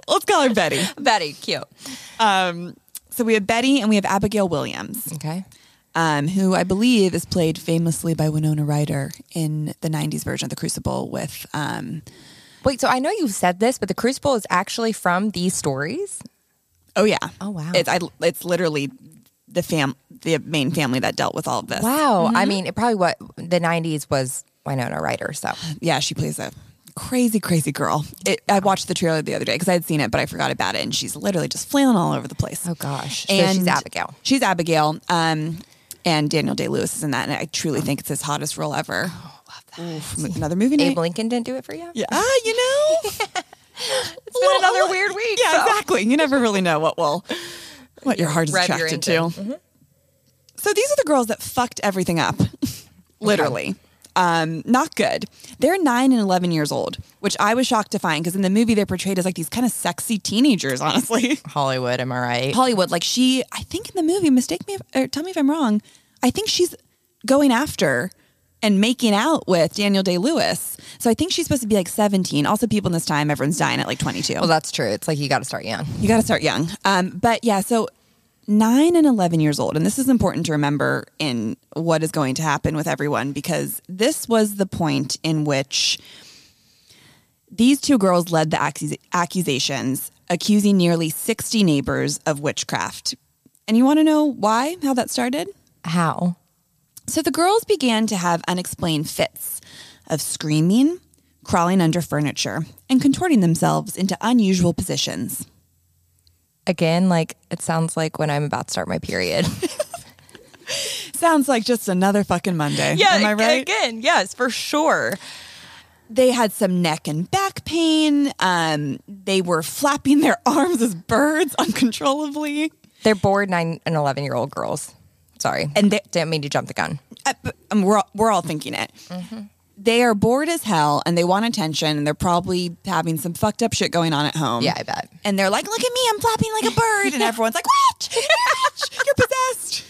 Speaker 2: Let's call her Betty.
Speaker 1: Betty, cute.
Speaker 2: Um, so we have Betty and we have Abigail Williams,
Speaker 1: Okay.
Speaker 2: um, who I believe is played famously by Winona Ryder in the 90s version of The Crucible with. Um,
Speaker 1: Wait, so I know you said this, but the Crucible is actually from these stories.
Speaker 2: oh, yeah.
Speaker 1: Oh, wow.
Speaker 2: It's, I, it's literally the fam the main family that dealt with all of this.
Speaker 1: Mm-hmm. Wow. I mean, it probably what the 90s was Winona Ryder. So
Speaker 2: Yeah, she plays a crazy, crazy girl. It, I watched the trailer the other day because I had seen it, but I forgot about it. And she's literally just flailing all over the place.
Speaker 1: Oh, gosh. So she's Abigail.
Speaker 2: She's Abigail. Um, and Daniel Day Lewis is in that, and I truly think it's his hottest role ever.
Speaker 1: Oh,
Speaker 2: love that. another movie name.
Speaker 1: Abe Lincoln didn't do it for you.
Speaker 2: Yeah, ah, you
Speaker 1: *laughs*
Speaker 2: know,
Speaker 1: It's been another weird week. *laughs*
Speaker 2: yeah,
Speaker 1: so.
Speaker 2: exactly. You never really know what will, what your heart is
Speaker 1: Grab your
Speaker 2: attracted to. So these are the girls that fucked everything up, *laughs* literally. Um, not good. They're nine and eleven years old, which I was shocked to find because in the movie they're portrayed as like these kind of sexy teenagers. *laughs* Honestly,
Speaker 1: Hollywood, am I right?
Speaker 2: Hollywood, like she, I think in the movie, mistake me if, or tell me if I'm wrong. I think she's going after and making out with Daniel Day Lewis. So I think she's supposed to be like 17. Also, people in this time, everyone's dying at like 22.
Speaker 1: Well, that's true. It's like you got to start young.
Speaker 2: You got to start young. Um, but yeah, so nine and 11 years old. And this is important to remember in what is going to happen with everyone because this was the point in which these two girls led the accus- accusations, accusing nearly 60 neighbors of witchcraft. And you want to know why, how that started?
Speaker 1: How?
Speaker 2: So the girls began to have unexplained fits of screaming, crawling under furniture, and contorting themselves into unusual positions.
Speaker 1: Again, like it sounds like when I'm about to start my *laughs* period.
Speaker 2: Sounds like just another fucking Monday. am I right?
Speaker 1: Again, yes, for sure.
Speaker 2: They had some neck and back pain. Um, they were flapping their *laughs* arms as birds uncontrollably.
Speaker 1: They're bored nine and 11 year old girls. Sorry.
Speaker 2: And they-
Speaker 1: didn't mean to jump the gun.
Speaker 2: Uh, but, um, we're all, we're all thinking it. They are bored as hell and they want attention and they're probably having some fucked up shit going on at home.
Speaker 1: Yeah, I bet.
Speaker 2: And they're like, "Look at me, I'm flapping like a bird," and everyone's like, "What? You're possessed."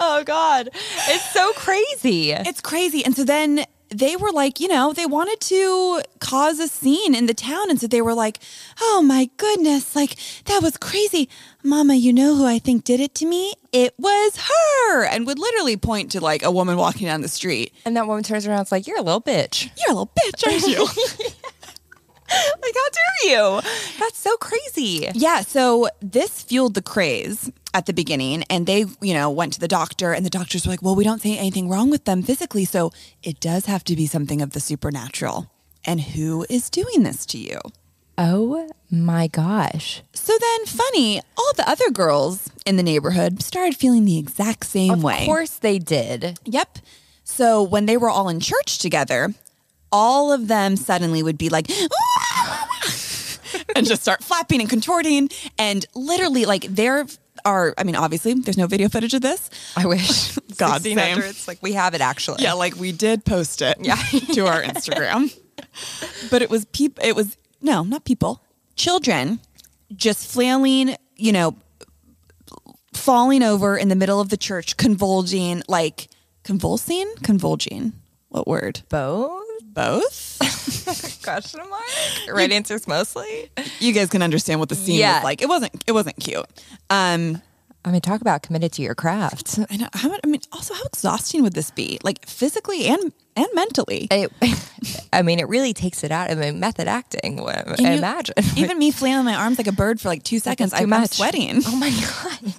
Speaker 1: Oh, God. It's so crazy.
Speaker 2: It's crazy. And so then they were like, you know, they wanted to cause a scene in the town. And so they were like, oh my goodness, like that was crazy. Mama, you know who I think did it to me? It was her. And would literally point to like a woman walking down the street.
Speaker 1: And that woman turns around and is like, You're a little bitch.
Speaker 2: You're a little bitch, aren't you?
Speaker 1: *laughs* Like, how dare you? That's so crazy.
Speaker 2: Yeah, so this fueled the craze at the beginning and they, you know, went to the doctor and the doctors were like, "Well, we don't see anything wrong with them physically, so it does have to be something of the supernatural." And who is doing this to you?
Speaker 1: Oh, my gosh.
Speaker 2: So then, funny, all the other girls in the neighborhood started feeling the exact same way.
Speaker 1: Of course they did.
Speaker 2: Yep. So when they were all in church together, all of them suddenly would be like, *laughs* and just start flapping and contorting. And literally, like, there are, I mean, obviously, there's no video footage of this.
Speaker 1: I *laughs* wish.
Speaker 2: God's
Speaker 1: It's
Speaker 2: name.
Speaker 1: better. It's like, we have it actually.
Speaker 2: Yeah, like we did post it yeah. *laughs* to our Instagram. *laughs* but it was people it was no, not people. Children just flailing, you know, falling over in the middle of the church, convulsing, like convulsing, convulsing. What word?
Speaker 1: Both? *laughs*
Speaker 2: Both?
Speaker 1: Question mark? Right answers mostly.
Speaker 2: you guys can understand what the scene
Speaker 1: Yeah.
Speaker 2: was like. It wasn't it wasn't cute. Um
Speaker 1: I mean, talk about committed to your craft.
Speaker 2: I know how I mean also how exhausting would this be? Like physically and and mentally.
Speaker 1: It, *laughs* I mean, it really takes it out of my method acting. I
Speaker 2: Can you-
Speaker 1: imagine.
Speaker 2: Even me flailing my arms like a bird for like two seconds,
Speaker 1: It's too
Speaker 2: I'm
Speaker 1: much.
Speaker 2: sweating.
Speaker 1: Oh my god!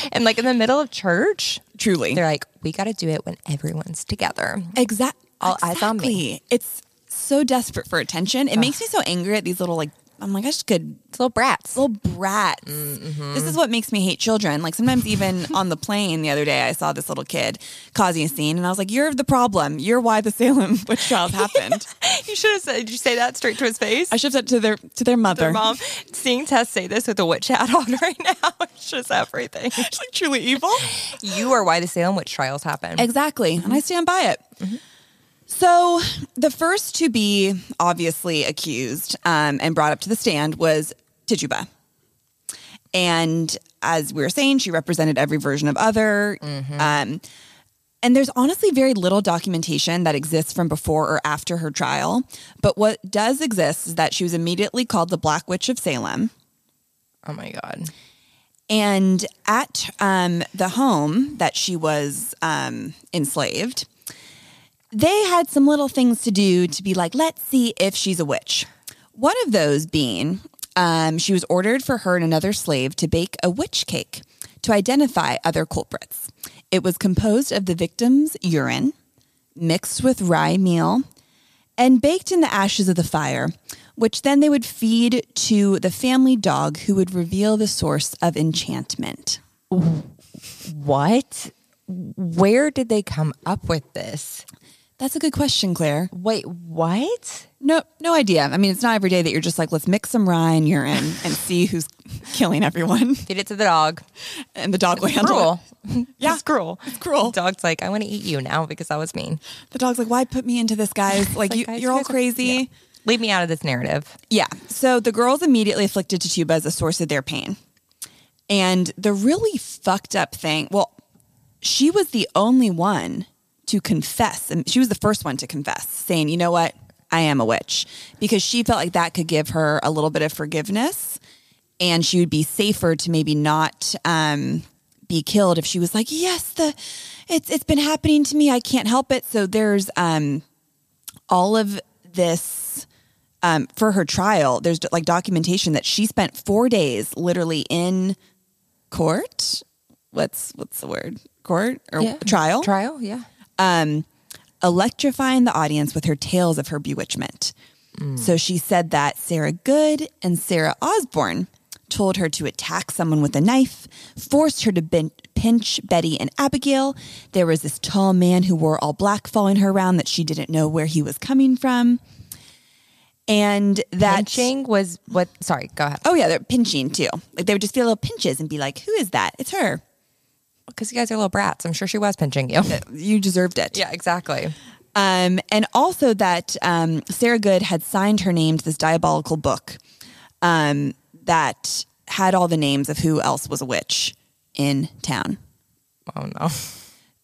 Speaker 1: *laughs* and like in the middle of church,
Speaker 2: Truly.
Speaker 1: they're like, "We got to do it when everyone's together."
Speaker 2: Exac-
Speaker 1: All
Speaker 2: exactly.
Speaker 1: eyes on me.
Speaker 2: It's so desperate for attention. It makes me so angry at these little like I'm like I just could
Speaker 1: It's little brats.
Speaker 2: little brats. Mm-hmm. This is what makes me hate children. Like sometimes even *laughs* on the plane the other day I saw this little kid causing a scene and I was like, You're the problem. You're why the Salem *laughs* witch trials happened.
Speaker 1: *laughs* you should have said. Did you say that straight to his face?
Speaker 2: *laughs* I should have said to their to their mother.
Speaker 1: seeing Tess say this with a witch hat on *laughs* right now, it's just everything.
Speaker 2: She's like truly evil.
Speaker 1: You are why the Salem witch trials happen.
Speaker 2: Exactly. And I stand by it. So, the first to be obviously accused um, and brought up to the stand was Tituba. And as we were saying, she represented every version of other. Um, and there's honestly very little documentation that exists from before or after her trial. But what does exist is that she was immediately called the Black Witch of Salem.
Speaker 1: oh my god!
Speaker 2: And at um, the home that she was um, enslaved, they had some little things to do to be like, let's see if she's a witch. One of those being, um, she was ordered for her and another slave to bake a witch cake to identify other culprits. It was composed of the victim's urine mixed with rye meal and baked in the ashes of the fire, which then they would feed to the family dog who would reveal the source of enchantment.
Speaker 1: What? Where did they come up with this?
Speaker 2: That's a good question, Claire.
Speaker 1: Wait, what?
Speaker 2: No, no idea. I mean, it's not every day that you're just like, let's mix some rye and urine
Speaker 1: *laughs*
Speaker 2: and see who's killing everyone. *laughs*
Speaker 1: Feed it to the dog.
Speaker 2: And the dog will handle
Speaker 1: Cruel.
Speaker 2: it. Yeah,
Speaker 1: It's cruel.
Speaker 2: It's cruel.
Speaker 1: Dog's like, I want to eat you now because I was mean.
Speaker 2: The dog's like, why put me into this, guys? Like, you,
Speaker 1: guys,
Speaker 2: you're all
Speaker 1: guys are-
Speaker 2: crazy.
Speaker 1: Leave me out of this narrative.
Speaker 2: Yeah. So the girls immediately afflicted Tituba as a source of their pain. And the really fucked up thing, well, she was the only one to confess. And she was the first one to confess, saying, you know what? I am a witch. Because she felt like that could give her a little bit of forgiveness and she would be safer to maybe not um, be killed if she was like, yes, the it's it's been happening to me. I can't help it. So there's um, all of this um, for her trial. There's like documentation that she spent four days literally in court. What's what's the word? Court or
Speaker 1: Yeah.
Speaker 2: trial?
Speaker 1: Trial? Yeah.
Speaker 2: um, electrifying the audience with her tales of her bewitchment. So she said that Sarah Good and Sarah Osborne told her to attack someone with a knife, forced her to bin- pinch Betty and Abigail. There was this tall man who wore all black following her around that she didn't know where he was coming from. And that
Speaker 1: Pinching was what? Sorry, go ahead.
Speaker 2: oh yeah, they're pinching too. Like they would just feel little pinches and be like, "Who is that? It's her.
Speaker 1: Because you guys are little brats. I'm sure she was pinching you.
Speaker 2: You deserved
Speaker 1: *laughs*
Speaker 2: it."
Speaker 1: yeah, exactly.
Speaker 2: Um, and also that um, Sarah Good had signed her name to this diabolical book um, that had all the names of who else was a witch in town.
Speaker 1: Oh, no.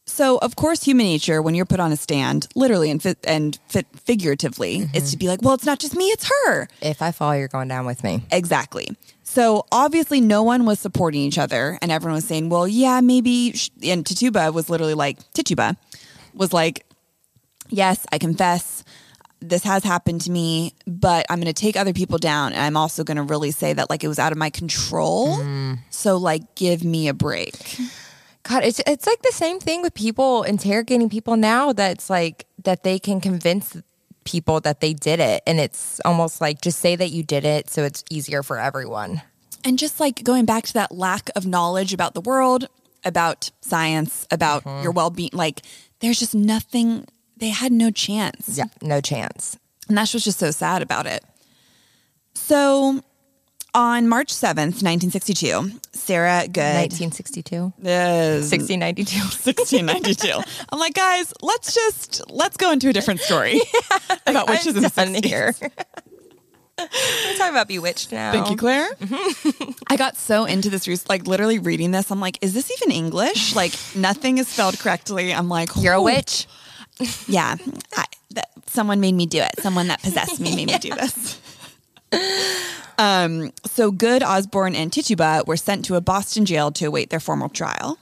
Speaker 2: So, of course, human nature, when you're put on a stand, literally and, fi- and fi- figuratively, is to be like, well, it's not just me, it's her.
Speaker 1: If I fall, you're going down with me.
Speaker 2: Exactly. So obviously, no one was supporting each other, and everyone was saying, "Well, yeah, maybe." sh- And Tituba was literally like, "Tituba was like, yes, I confess, this has happened to me, but I'm going to take other people down, and I'm also going to really say that like it was out of my control. So like, give me a break."
Speaker 1: God, it's it's like the same thing with people interrogating people now that's like that they can convince people that they did it and it's almost like just say that you did it so it's easier for everyone.
Speaker 2: And just like going back to that lack of knowledge about the world, about science, about your well being, like there's just nothing. They had no chance.
Speaker 1: Yeah, no chance.
Speaker 2: And that's what's just so sad about it. So on March 7th, 1962, Sarah Good.
Speaker 1: 1962.
Speaker 2: Yes. *laughs*
Speaker 1: 1692.
Speaker 2: 1692. *laughs* I'm like, guys, let's just let's go into a different story about witches in the
Speaker 1: I'm
Speaker 2: 60s.
Speaker 1: done here. *laughs* We're talking about bewitched now.
Speaker 2: Thank you, Claire. *laughs* I got so into this, re- like literally reading this. I'm like, is this even English? Like, nothing is spelled correctly. I'm like,
Speaker 1: You're a
Speaker 2: whew.
Speaker 1: witch.
Speaker 2: *laughs* Yeah. I, that, someone made me do it. Someone that possessed me made me
Speaker 1: *laughs*
Speaker 2: do this. Um, so Good, Osborne, and Tituba were sent to a Boston jail to await their formal trial.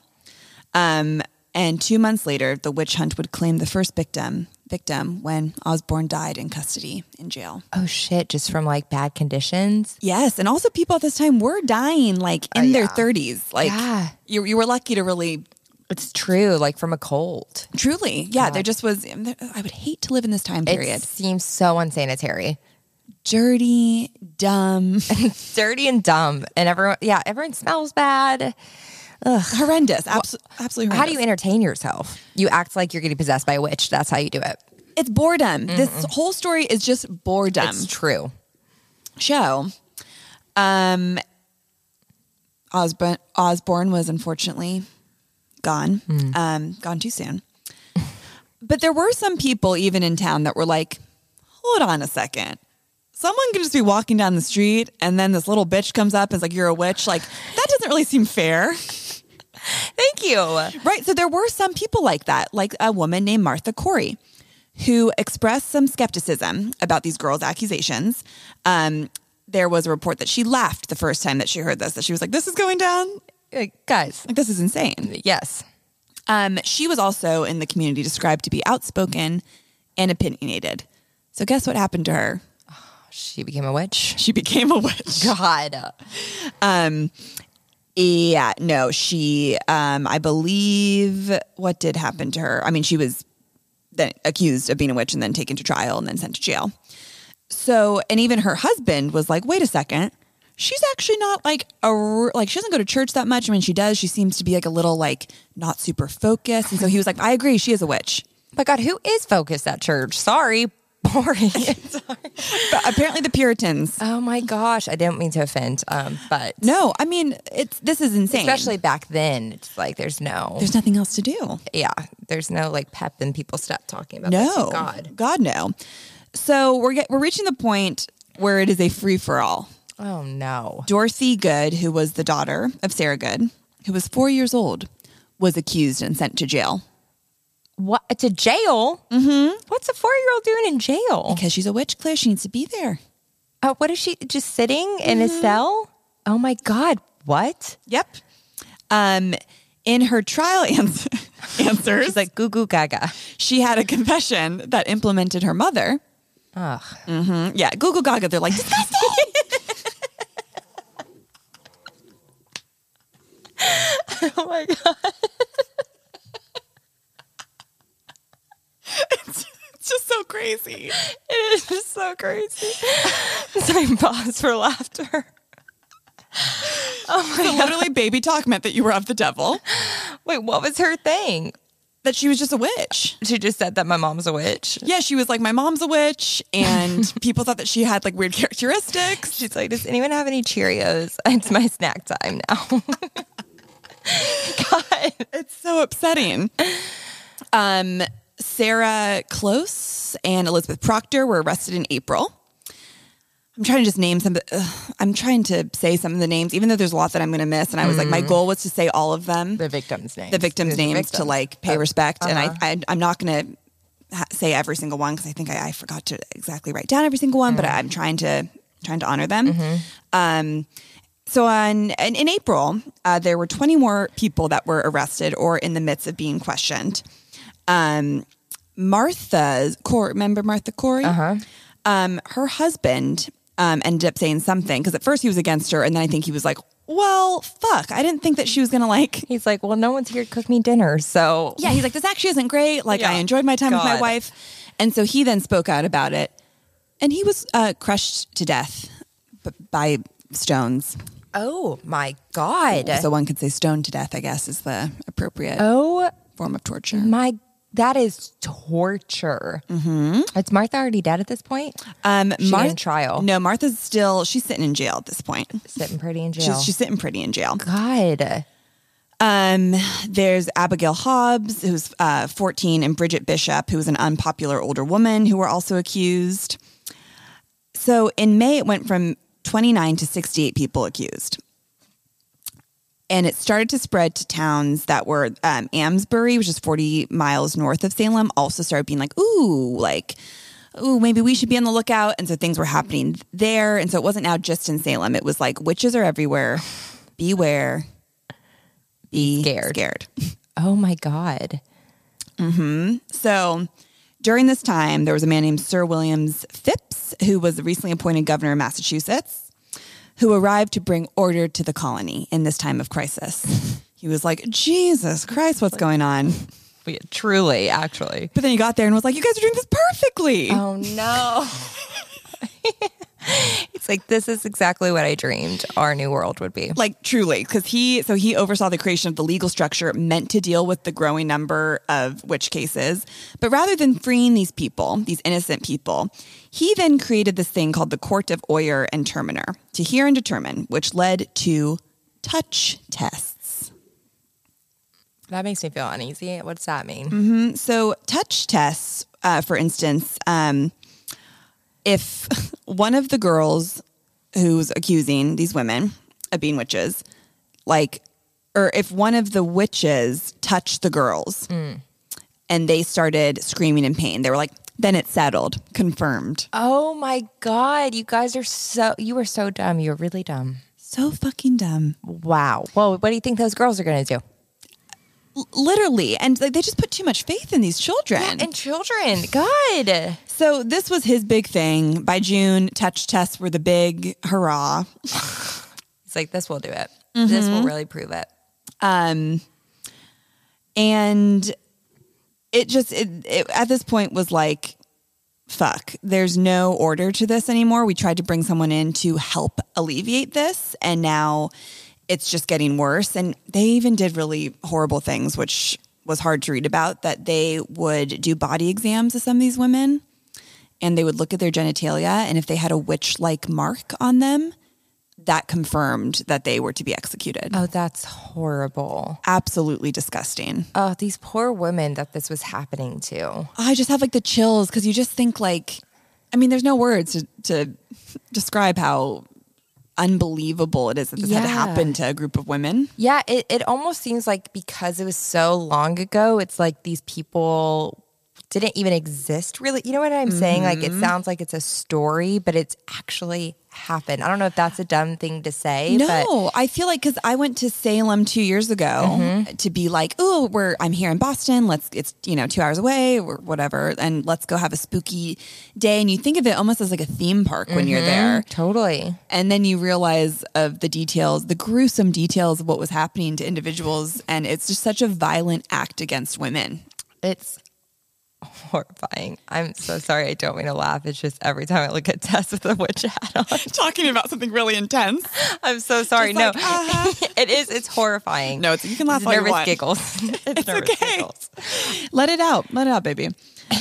Speaker 2: Um, and two months later, the witch hunt would claim the first victim victim when Osborne died in custody in jail.
Speaker 1: Oh shit, just from like bad conditions.
Speaker 2: Yes, and also people at this time were dying like in their
Speaker 1: yeah.
Speaker 2: 30s. Like
Speaker 1: Yeah.
Speaker 2: you you were lucky to really
Speaker 1: It's true, like from a cold.
Speaker 2: truly. Yeah, there just was I would hate to live in this time
Speaker 1: It
Speaker 2: period.
Speaker 1: seems so unsanitary.
Speaker 2: dirty, *laughs* dumb,
Speaker 1: *laughs* Dirty and dumb. And everyone yeah, everyone smells bad.
Speaker 2: horrendous. Abso- absolutely horrendous.
Speaker 1: How do you entertain yourself? You act like you're getting possessed by a witch. That's how you do it.
Speaker 2: it's boredom. This whole story is just boredom.
Speaker 1: It's true.
Speaker 2: show. Um, Osborne, Osborne was unfortunately gone, um, gone too soon. But there were some people even in town that were like, hold on a second. Someone could just be walking down the street and then this little bitch comes up and is like, you're a witch. Like, that doesn't really seem fair.
Speaker 1: Thank you. Uh,
Speaker 2: Right. So there were some people like that, like a woman named Martha Corey, who expressed some skepticism about these girls' accusations. Um, there was a report that she laughed the first time that she heard this, that she was like, this is going down.
Speaker 1: guys,
Speaker 2: Like, this is insane.
Speaker 1: yes.
Speaker 2: Um, she was also in the community described to be outspoken and opinionated. So guess what happened to her?
Speaker 1: She became a witch. *laughs*
Speaker 2: She became a witch.
Speaker 1: God.
Speaker 2: Um, Yeah, no, she, um, I believe what did happen to her. I mean, she was then accused of being a witch and then taken to trial and then sent to jail. So, and even her husband was like, wait a second. She's actually not like a, r- like, she doesn't go to church that much. And when she does, she seems to be like a little, like, not super focused. And so he was like, I agree, she is a witch.
Speaker 1: But God, who is focused at church? Sorry, *laughs* boring.
Speaker 2: But apparently the Puritans.
Speaker 1: oh my gosh, I didn't mean to offend, um, but
Speaker 2: No, I mean, it's, this is insane.
Speaker 1: especially back then, it's like there's no,
Speaker 2: there's nothing else to do.
Speaker 1: yeah, there's no like pep in people's step talking about this.
Speaker 2: No,
Speaker 1: God.
Speaker 2: no. So we're get, we're reaching the point where it is a free for all.
Speaker 1: Oh no.
Speaker 2: Dorothy Good, who was the daughter of Sarah Good, who was four years old, was accused and sent to jail
Speaker 1: What to jail? Mm-hmm. What's a four year old doing in jail?
Speaker 2: because she's a witch. Claire, she needs to be there.
Speaker 1: Uh, what is she just sitting in a cell? Oh my God. What?
Speaker 2: Yep. Um, in her trial *laughs* ans- answers,
Speaker 1: She's like goo goo gaga.
Speaker 2: she had a confession that implemented her mother.
Speaker 1: Ugh.
Speaker 2: Mm, Yeah, Google Gaga. They're like disgusting.
Speaker 1: *laughs* Oh my God.
Speaker 2: *laughs* it's just so crazy.
Speaker 1: It is just so *laughs* crazy. It's like pause for laughter. Oh
Speaker 2: So literally, baby talk meant that you were of the devil.
Speaker 1: Wait, what was her thing?
Speaker 2: That she was just a witch.
Speaker 1: She just said that my mom's a witch.
Speaker 2: Yeah, she was like, my mom's a witch, and people thought that she had like weird characteristics.
Speaker 1: She's like, does anyone have any Cheerios? *laughs* It's my snack time now. *laughs* God.
Speaker 2: It's so upsetting. Um, Sarah Close and Elizabeth Proctor were arrested in April. I'm trying to just name some. Ugh, I'm trying to say some of the names, even though there's a lot that I'm going to miss. And I was like, my goal was to say all of them,
Speaker 1: The victim's name.
Speaker 2: the victims' Uh, uh-huh. names, to like pay respect. And I, I, I'm not going to ha- say every single one because I think I, I forgot to exactly write down every single one. But I'm trying to trying to honor them. Um, so on in, in April, uh, there were 20 more people that were arrested or in the midst of being questioned. Um, Martha, Cor- remember Martha Corey? Uh-huh. Um, her husband um, ended up saying something because at first he was against her, and then I think he was like, "Well, fuck! I didn't think that she was gonna like."
Speaker 1: He's like, well, no one's here to cook me dinner. So
Speaker 2: Yeah, he's like, "This actually isn't great. Like, I
Speaker 1: Yeah.
Speaker 2: enjoyed my time with my
Speaker 1: God.
Speaker 2: wife," and so he then spoke out about it, and he was uh, crushed to death b- by stones.
Speaker 1: Oh my God.
Speaker 2: So one could say stoned to death, I guess, is the appropriate
Speaker 1: oh
Speaker 2: form of torture.
Speaker 1: my, that is torture. Mm-hmm. Is Martha already dead at this point?
Speaker 2: Um,
Speaker 1: She in trial.
Speaker 2: No, Martha's still, she's sitting in jail at this point.
Speaker 1: Sitting pretty in jail.
Speaker 2: She's, she's sitting pretty in jail.
Speaker 1: God.
Speaker 2: Um, there's Abigail Hobbs, who's uh, 14, and Bridget Bishop, who was an unpopular older woman, who were also accused. So in May, it went from 29 to 68 people accused. And it started to spread to towns that were um, Amesbury, which is 40 miles north of Salem, also started being like, ooh, like, ooh, maybe we should be on the lookout. And so things were happening there. And so it wasn't now just in Salem, it was like, witches are everywhere. Beware. Be
Speaker 1: Scared.
Speaker 2: scared. *laughs*
Speaker 1: Oh my God.
Speaker 2: So during this time, there was a man named Sir Williams Phipps, who was the recently appointed governor of Massachusetts, who arrived to bring order to the colony in this time
Speaker 1: *laughs*
Speaker 2: of crisis. He was like, Jesus Christ, what's going on?
Speaker 1: We, truly, actually.
Speaker 2: But then he got there and was like, You guys are doing this perfectly.
Speaker 1: Oh no. *laughs* it's like, this is exactly what I dreamed our new world would be.
Speaker 2: Like truly, because he so he oversaw the creation of the legal structure meant to deal with the growing number of witch cases. But rather than freeing these people, these innocent people, he then created this thing called the Court of Oyer and Terminer to hear and determine, which led to touch tests.
Speaker 1: That makes me feel uneasy. What's that mean?
Speaker 2: So touch tests, uh, for instance, um, if *laughs* one of the girls who's accusing these women of being witches, like, or if one of the witches touched the girls and they started screaming in pain, they were like, then it's settled, confirmed.
Speaker 1: Oh my God. You guys are so, you are so dumb. You're really dumb.
Speaker 2: So fucking dumb.
Speaker 1: Wow. Well, what do you think those girls are going to do?
Speaker 2: L- literally. And like, they just put too much faith in these children.
Speaker 1: And children. God.
Speaker 2: So this was his big thing. By June, touch tests were the big hurrah.
Speaker 1: It's like, this will do it. This will really prove it.
Speaker 2: um and it just it, it at this point was like fuck there's no order to this anymore we tried to bring someone in to help alleviate this and now it's just getting worse and they even did really horrible things which was hard to read about that they would do body exams of some of these women and they would look at their genitalia and if they had a witch like mark on them that confirmed that they were to be executed
Speaker 1: Oh, that's horrible.
Speaker 2: absolutely disgusting.
Speaker 1: Oh, these poor women that this was happening to.
Speaker 2: I just have like the chills because you just think like, I mean, there's no words to, to describe how unbelievable it is that this had to
Speaker 1: Yeah.
Speaker 2: happen to a group of women.
Speaker 1: Yeah, it, it almost seems like because it was so long ago, it's like these people didn't even exist really. You know what I'm saying? Like it sounds like it's a story, but it's actually happened. I don't know if that's a dumb thing to say, but
Speaker 2: No, I feel like because I went to Salem two years ago to be like, oh, we're I'm here in Boston. Let's it's you know two hours away or whatever, and let's go have a spooky day. And you think of it almost as like a theme park when you're there.
Speaker 1: totally.
Speaker 2: And then you realize of the details, the gruesome details of what was happening to individuals. And it's just such a violent act against women.
Speaker 1: It's horrifying. I'm so sorry. I don't mean to laugh. It's just every time I look at *laughs* Tess with a witch hat on.
Speaker 2: *laughs* Talking about something really intense.
Speaker 1: I'm so sorry.
Speaker 2: Just like,
Speaker 1: no, *laughs* it is. It's horrifying.
Speaker 2: No, it's- you can laugh
Speaker 1: It's
Speaker 2: all you
Speaker 1: nervous *laughs*
Speaker 2: want.
Speaker 1: giggles. it's, nervous
Speaker 2: okay.
Speaker 1: giggles.
Speaker 2: Let it out. Let it out, baby.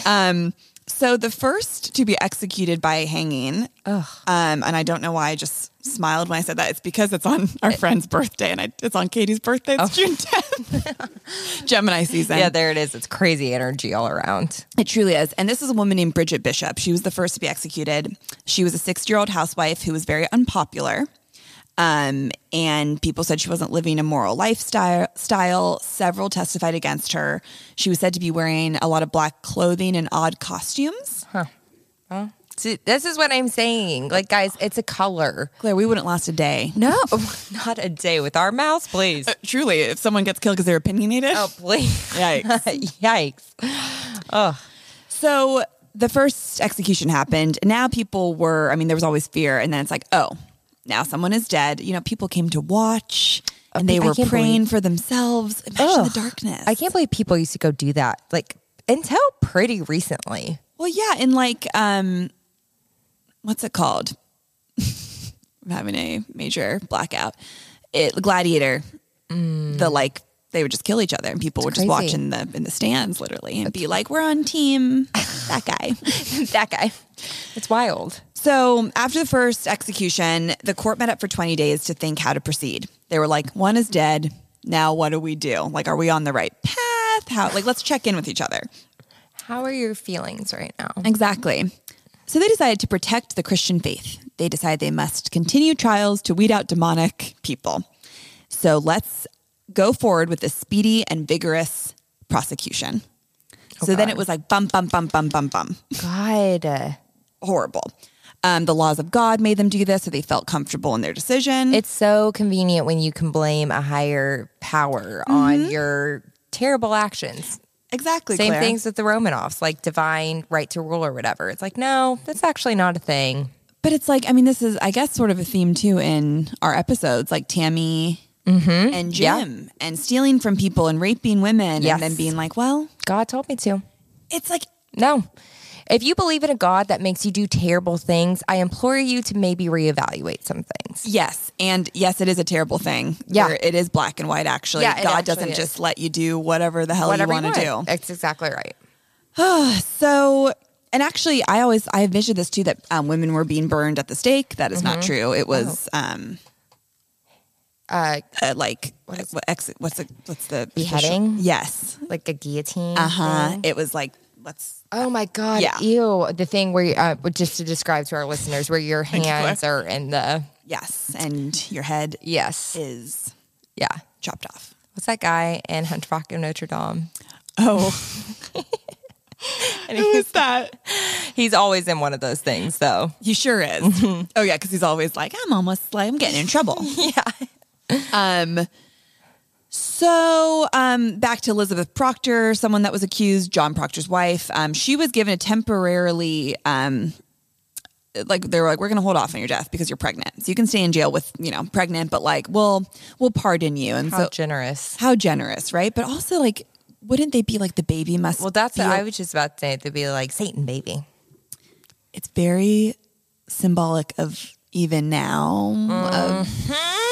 Speaker 2: Um, so the first to be executed by hanging, um, and I don't know why I just smiled when I said that. It's because it's on our friend's birthday, and I, it's on Katie's birthday. It's June 10th. *laughs* Gemini season.
Speaker 1: Yeah, there it is. It's crazy energy all around.
Speaker 2: It truly is. And this is a woman named Bridget Bishop. She was the first to be executed. She was a 60 year old housewife who was very unpopular. Um, and people said she wasn't living a moral lifestyle. Style. Several testified against her. She was said to be wearing a lot of black clothing and odd costumes.
Speaker 1: See, this is what I'm saying. Like, guys, it's a color.
Speaker 2: Claire, we wouldn't last a day. Uh,
Speaker 1: No, *laughs* not a day with our mouse, please.
Speaker 2: Truly, if someone gets killed because they're opinionated.
Speaker 1: Uh, Oh, please. *laughs*
Speaker 2: Yikes.
Speaker 1: Yikes.
Speaker 2: So the first execution happened. and Now people were, I mean, there was always fear. And then it's like, oh, now someone is dead. You know, people came to watch and they
Speaker 1: I
Speaker 2: were
Speaker 1: can't
Speaker 2: praying for themselves. Imagine
Speaker 1: Ugh.
Speaker 2: the darkness.
Speaker 1: I can't believe people used to go do that. Like, until pretty recently.
Speaker 2: well, yeah. And like, um, what's it called? *laughs* I'm having a major blackout. It Gladiator. The like, they would just kill each other, and people would just watch
Speaker 1: Mm. crazy.
Speaker 2: in the in the stands, literally, and be like, "We're on team that
Speaker 1: *laughs*
Speaker 2: guy."
Speaker 1: *laughs* that guy. It's wild.
Speaker 2: So, after the first execution, the court met up for 20 days to think how to proceed. They were like, one is dead. Now, what do we do? Like, are we on the right path? How, like, let's check in with each other.
Speaker 1: How are your feelings right now?
Speaker 2: Exactly. So, they decided to protect the Christian faith. They decided they must continue trials to weed out demonic people. So, let's go forward with a speedy and vigorous prosecution. so, then it was like, bum, bum, bum, bum, bum, bum.
Speaker 1: God.
Speaker 2: horrible. Um, the laws of God made them do this, so they felt comfortable in their decision.
Speaker 1: It's so convenient when you can blame a higher power on your terrible actions.
Speaker 2: exactly
Speaker 1: Same
Speaker 2: Claire.
Speaker 1: things with the Romanovs, like divine right to rule or whatever. It's like, no, that's actually not a thing.
Speaker 2: But it's like, I mean, this is, I guess, sort of a theme too in our episodes, like Tammy
Speaker 1: Mm-hmm.
Speaker 2: and Jim, and stealing from people and raping women,
Speaker 1: Yes.
Speaker 2: and then being like, well,
Speaker 1: God told me to.
Speaker 2: it's like,
Speaker 1: No. If you believe in a God that makes you do terrible things, I implore you to maybe reevaluate some things.
Speaker 2: yes, and yes, it is a terrible thing.
Speaker 1: Yeah.
Speaker 2: where it is black and white. Actually,
Speaker 1: Yeah, it
Speaker 2: God
Speaker 1: actually
Speaker 2: doesn't
Speaker 1: is.
Speaker 2: just let you do whatever the hell
Speaker 1: Whatever
Speaker 2: you want to do.
Speaker 1: That's exactly right.
Speaker 2: *sighs* So, and actually, I always I envisioned this too that um, women were being burned at the stake. That is
Speaker 1: Mm-hmm.
Speaker 2: not true. It was
Speaker 1: Oh.
Speaker 2: um,
Speaker 1: Uh,
Speaker 2: uh, like what, what ex, what's the what's the official-
Speaker 1: Beheading?
Speaker 2: Yes,
Speaker 1: like a guillotine.
Speaker 2: uh
Speaker 1: Uh-huh.
Speaker 2: huh. It was like let's
Speaker 1: Oh my God.
Speaker 2: Yeah.
Speaker 1: Ew. The thing where, you, uh, just to describe to our listeners, where *laughs* your
Speaker 2: you, Claire.
Speaker 1: hands are in the.
Speaker 2: yes, and your head
Speaker 1: Yes.
Speaker 2: is
Speaker 1: Yeah.
Speaker 2: chopped off.
Speaker 1: What's that guy in Hunchback of Notre *laughs* Dame?
Speaker 2: Oh, who is that?
Speaker 1: *laughs* He's always in one of those things, though.
Speaker 2: *laughs* He sure is. oh yeah, because he's always like I'm almost like I'm getting in trouble.
Speaker 1: *laughs* Yeah.
Speaker 2: Um, so um, back to Elizabeth Proctor, someone that was accused, John Proctor's wife. Um, she was given a temporarily um, like they were like, we're going to hold off on your death because you're pregnant. So you can stay in jail with, you know, pregnant, but like, we'll, we'll pardon you. And
Speaker 1: How
Speaker 2: so
Speaker 1: generous.
Speaker 2: how generous, right? But also like, wouldn't they be like the baby must?
Speaker 1: Well, that's
Speaker 2: be
Speaker 1: what
Speaker 2: a-
Speaker 1: I was just about to say. To be like Satan, baby.
Speaker 2: it's very symbolic of even now of
Speaker 1: Mm.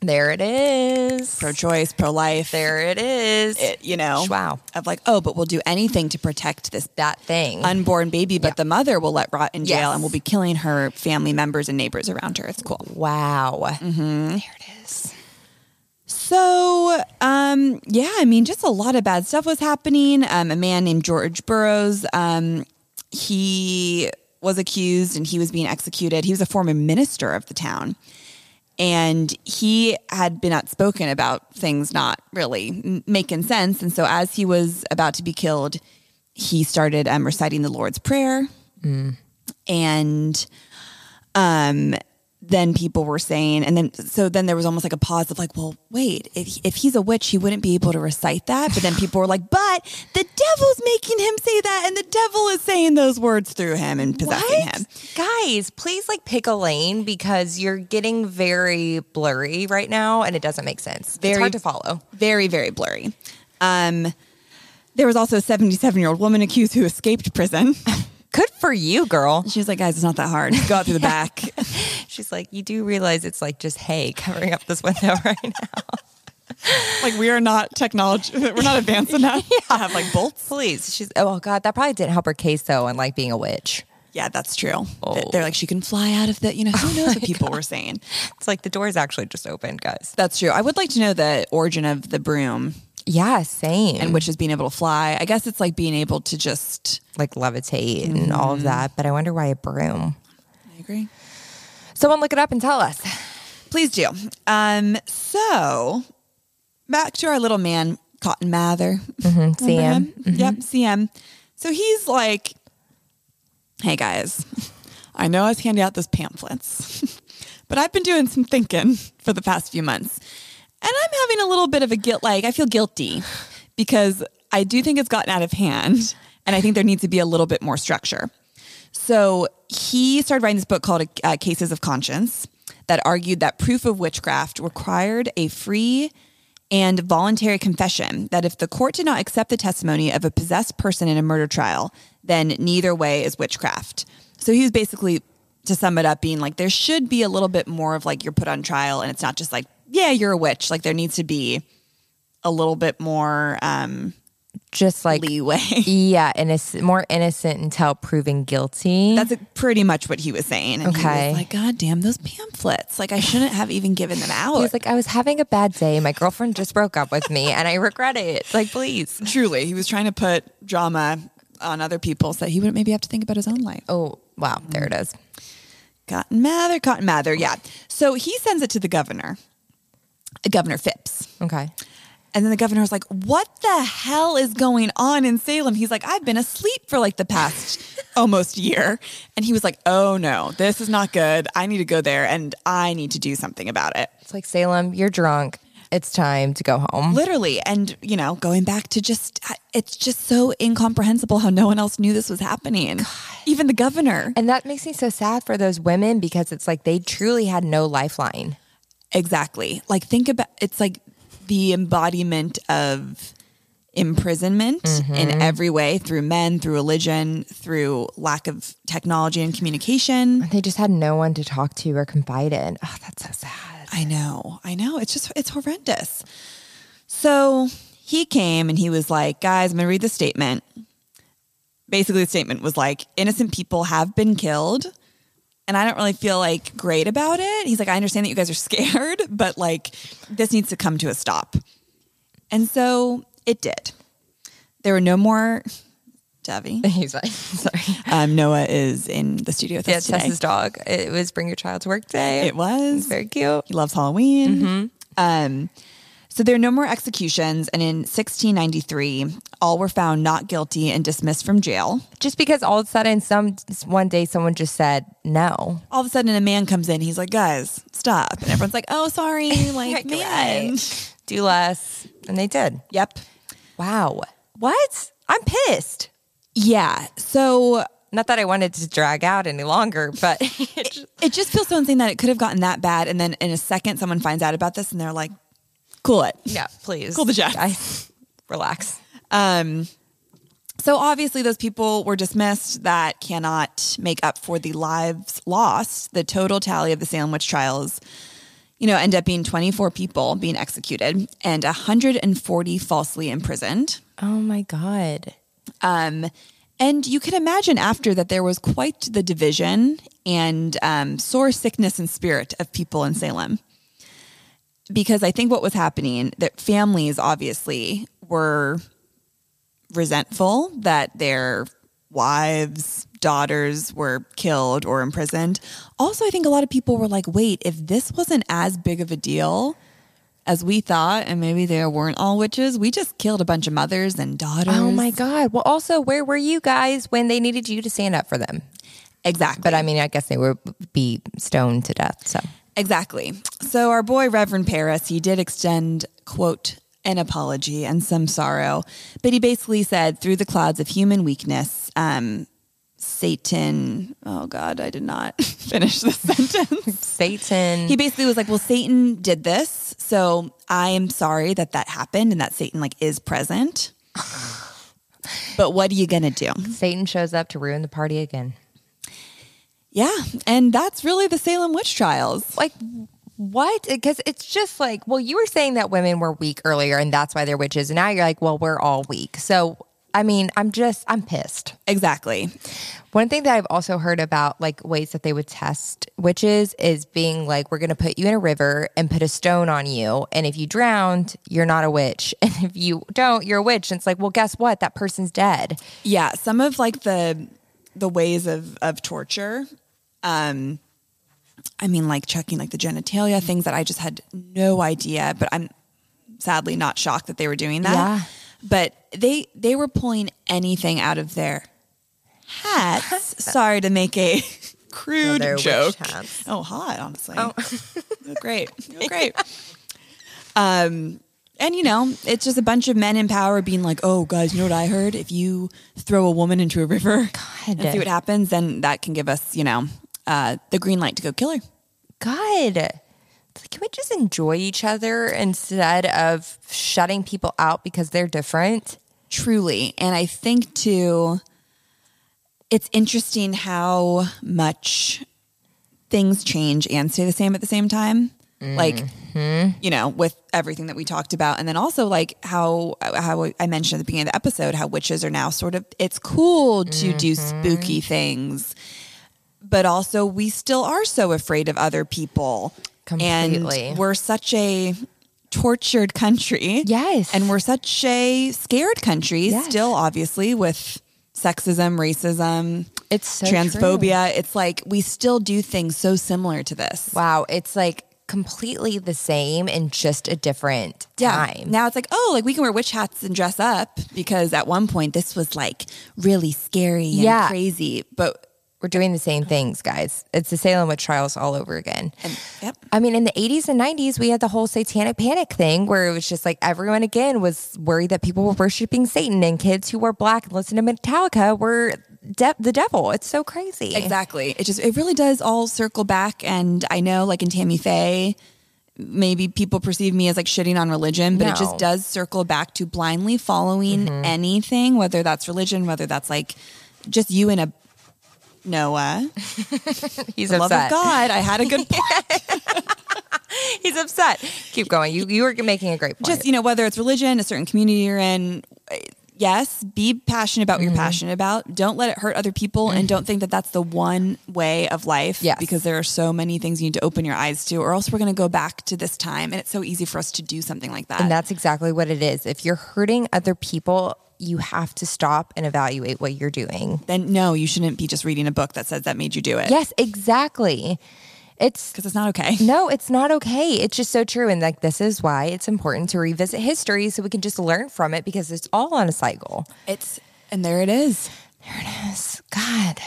Speaker 1: There it is.
Speaker 2: pro-choice, pro-life,
Speaker 1: There it is.
Speaker 2: it, eh, you know,
Speaker 1: Wow.
Speaker 2: of like, oh, but we'll do anything to protect this
Speaker 1: that thing.
Speaker 2: unborn baby, but the mother will let rot in jail
Speaker 1: Yes.
Speaker 2: and will be killing her family members and neighbors around her. It's cool.
Speaker 1: wow. There it is.
Speaker 2: So, um, yeah, I mean, just a lot of bad stuff was happening. Um, a man named George Burroughs, um, he was accused and he was being executed. He was a former minister of the town. And he had been outspoken about things not really m- making sense. And so, as he was about to be killed, he started um, reciting the Lord's Prayer. And um then people were saying and then so then there was almost like a pause of like well wait if, if he's a witch he wouldn't be able to recite that but then people were like but the devil's making him say that and the devil is saying those words through him and possessing him
Speaker 1: Guys, please like pick a lane because you're getting very blurry right now and it doesn't make sense. it's
Speaker 2: Very-
Speaker 1: hard to follow.
Speaker 2: very very blurry um there was also a 77 year old woman accused who escaped prison *laughs*
Speaker 1: Good for you, girl.
Speaker 2: she was like guys it's not that hard go out through the back
Speaker 1: *laughs* She's like, you do realize it's like just hay covering up this window *laughs* right now.
Speaker 2: *laughs* like we are not technology we're not *laughs* advanced enough to have like bolts
Speaker 1: Please. She's, oh, God, that probably didn't help her case though on like being a witch.
Speaker 2: yeah that's true
Speaker 1: Oh.
Speaker 2: they're like she can fly out of the you know who knows what people were saying
Speaker 1: It's like the door's actually just open, guys.
Speaker 2: That's true. I would like to know the origin of the broom
Speaker 1: Yeah, same.
Speaker 2: and which is being able to fly. I guess it's like being able to just.
Speaker 1: like levitate and all of that. But I wonder why a broom.
Speaker 2: I agree.
Speaker 1: Someone look it up and tell us.
Speaker 2: Please do. Um, so back to our little man, Cotton Mather.
Speaker 1: Mm-hmm.
Speaker 2: Remember
Speaker 1: CM.
Speaker 2: him? Yep, CM. So he's like, hey guys, I know I was handing out those pamphlets, *laughs* but I've been doing some thinking for the past few months. And I'm having a little bit of a guilt, like, I feel guilty because I do think it's gotten out of hand. And I think there needs to be a little bit more structure. So he started writing this book called uh, Cases of Conscience that argued that proof of witchcraft required a free and voluntary confession that if the court did not accept the testimony of a possessed person in a murder trial, then neither way is witchcraft. So he was basically, to sum it up, being like, there should be a little bit more of like you're put on trial and it's not just like, yeah, you're a witch. Like there needs to be a little bit more um,
Speaker 1: Just like
Speaker 2: leeway. *laughs*
Speaker 1: yeah, innocent, more innocent until proven guilty.
Speaker 2: That's pretty much what he was saying. And He
Speaker 1: Okay.
Speaker 2: was like, God damn, those pamphlets. Like, I shouldn't have even given them
Speaker 1: *laughs*
Speaker 2: out.
Speaker 1: He's like, I was having a bad day. My girlfriend just broke up with me, and I regret it. Like, please.
Speaker 2: truly, he was trying to put drama on other people so that he wouldn't maybe have to think about his own life.
Speaker 1: Oh wow, there it is.
Speaker 2: Cotton Mather, Cotton Mather. Yeah. So he sends it to the governor, Governor Phipps.
Speaker 1: Okay.
Speaker 2: And then the governor was like, What the hell is going on in Salem? He's like, I've been asleep for like the past *laughs* almost year. And he was like, Oh no, this is not good. I need to go there and I need to do something about it.
Speaker 1: It's like Salem, you're drunk. It's time to go home.
Speaker 2: literally and you know going back to just it's just so incomprehensible how no one else knew this was happening even the governor
Speaker 1: And that makes me so sad for those women because it's like they truly had no lifeline.
Speaker 2: exactly like think about it's like the embodiment of imprisonment in every way through men through religion through lack of technology and communication
Speaker 1: They just had no one to talk to or confide in. Oh, that's so sad.
Speaker 2: i know i know it's just it's horrendous so he came and he was like guys i'm gonna read the statement basically the statement was like innocent people have been killed and i don't really feel like great about it he's like i understand that you guys are *laughs* scared but like this needs to come to a stop and so it did there were no more
Speaker 1: *laughs*
Speaker 2: debbie *laughs*
Speaker 1: He's like, sorry.
Speaker 2: um, noah is in the studio with
Speaker 1: Yeah,
Speaker 2: us today
Speaker 1: Tessa's dog. It was Bring Your Child to Work Day.
Speaker 2: it was
Speaker 1: very cute.
Speaker 2: He loves Halloween. Um, so there are no more executions. And in 1693, all were found not guilty and dismissed from jail.
Speaker 1: Just because all of a sudden, some one day, someone just said no.
Speaker 2: All of a sudden, a man comes in. He's like, guys, stop. And everyone's like, oh, sorry. Like, man.
Speaker 1: Right. do less, and they did.
Speaker 2: Yep.
Speaker 1: Wow, what? I'm pissed.
Speaker 2: Yeah. So
Speaker 1: Not that I wanted to drag out any longer,
Speaker 2: *laughs*
Speaker 1: but it just-
Speaker 2: It just feels so insane that it could have gotten that bad, and then in a second, someone finds out about this, and they're like, "Cool it."
Speaker 1: yeah, please.
Speaker 2: Cool the jets.
Speaker 1: I, *laughs* relax.
Speaker 2: Um, so obviously, those people were dismissed. That cannot make up for the lives lost. The total tally of the Salem witch trials, you know, end up being 24 people being executed and 140 falsely imprisoned.
Speaker 1: Oh my God.
Speaker 2: Um, and you can imagine after that there was quite the division and um, sore sickness and spirit of people in Salem. Because I think what was happening, that families obviously were resentful that their wives, daughters were killed or imprisoned. Also, I think a lot of people were like, wait, if this wasn't as big of a deal as we thought, and maybe there weren't all witches, we just killed a bunch of mothers and daughters.
Speaker 1: Oh my God. Well, also, where were you guys when they needed you to stand up for them?
Speaker 2: Exactly.
Speaker 1: But I mean, I guess they would be stoned to death. So
Speaker 2: Exactly. So our boy Reverend Paris, he did extend quote an apology and some sorrow, but he basically said through the clouds of human weakness, um, Satan. Oh God, I did not *laughs* finish the sentence.
Speaker 1: Satan.
Speaker 2: He basically was like, "Well, Satan did this, so I am sorry that that happened and that Satan like is present." But what are you gonna do?
Speaker 1: Satan shows up to ruin the party again.
Speaker 2: Yeah, and that's really the Salem witch trials.
Speaker 1: Like, what? Because it's just like, well, you were saying that women were weak earlier and that's why they're witches. And now you're like, well, we're all weak. So, I mean, I'm just, I'm pissed.
Speaker 2: Exactly.
Speaker 1: One thing that I've also heard about, like ways that they would test witches, is being like, we're going to put you in a river and put a stone on you. And if you drowned, you're not a witch. *laughs* And if you don't, you're a witch. And it's like, well, guess what? That person's dead.
Speaker 2: Yeah, some of like the the ways of of torture. Um I mean like checking like the genitalia, things that I just had no idea, but I'm sadly not shocked that they were doing that.
Speaker 1: Yeah.
Speaker 2: But they they were pulling anything out of their hats.
Speaker 1: *laughs*
Speaker 2: Sorry to make a crude
Speaker 1: Another witch
Speaker 2: joke.
Speaker 1: hats.
Speaker 2: *laughs* Oh, hot, honestly. Oh. great. You're great. Um and you know, it's just a bunch of men in power being like, "Oh, guys, you know what I heard? If you throw a woman into a river and see what happens, then that can give us, you know, uh, the green light to go kill her."
Speaker 1: God. It's like, Can we just enjoy each other instead of shutting people out because they're different?
Speaker 2: Truly, and I think too, it's interesting how much things change and stay the same at the same time. Like, you know, with everything that we talked about, and then also like how how I mentioned at the beginning of the episode, how witches are now sort of it's cool to do spooky things, but also we still are so afraid of other people,
Speaker 1: Completely.
Speaker 2: and we're such a tortured country,
Speaker 1: Yes.
Speaker 2: and we're such a scared country
Speaker 1: Yes.
Speaker 2: still, obviously with sexism, racism.
Speaker 1: It's so true.
Speaker 2: transphobia. It's like we still do things so similar to this.
Speaker 1: Wow. It's like completely the same and just a different time.
Speaker 2: Now it's like, oh, like we can wear witch hats and dress up because at one point this was like really scary and
Speaker 1: Yeah.
Speaker 2: crazy. But
Speaker 1: We're doing the same things, guys. It's the Salem witch trials all over again.
Speaker 2: and, yep.
Speaker 1: I mean, in the 80s and 90s, we had the whole satanic panic thing where it was just like everyone again was worried that people were worshiping Satan and kids who were black and listened to Metallica were de- the devil. It's so crazy.
Speaker 2: Exactly. It just it really does all circle back and I know like in Tammy Faye maybe people perceive me as like shitting on religion, but it
Speaker 1: No. Mm-hmm.
Speaker 2: just does circle back to blindly following anything, whether that's religion, whether that's like just you in a Noah.
Speaker 1: *laughs* He's
Speaker 2: Love of
Speaker 1: upset.
Speaker 2: God. I had a
Speaker 1: *laughs*
Speaker 2: good point.
Speaker 1: He's upset. Keep going. You you were making a great point.
Speaker 2: just you know whether it's religion a certain community you're in uh, yes be passionate about
Speaker 1: Mm-hmm.
Speaker 2: what you're passionate about don't let it hurt other people and don't think that that's the one way of life
Speaker 1: Yes.
Speaker 2: because there are so many things you need to open your eyes to or else we're going to go back to this time and it's so easy for us to do something like that
Speaker 1: And that's exactly what it is. If you're hurting other people, you have to stop and evaluate what you're doing.
Speaker 2: then no you shouldn't be just reading a book that says that made you do it
Speaker 1: Yes, exactly. It's
Speaker 2: because it's not okay
Speaker 1: no, it's not okay. It's just so true. And like, this is why it's important to revisit history so we can just learn from it because it's all on a cycle.
Speaker 2: it's and there it is
Speaker 1: God,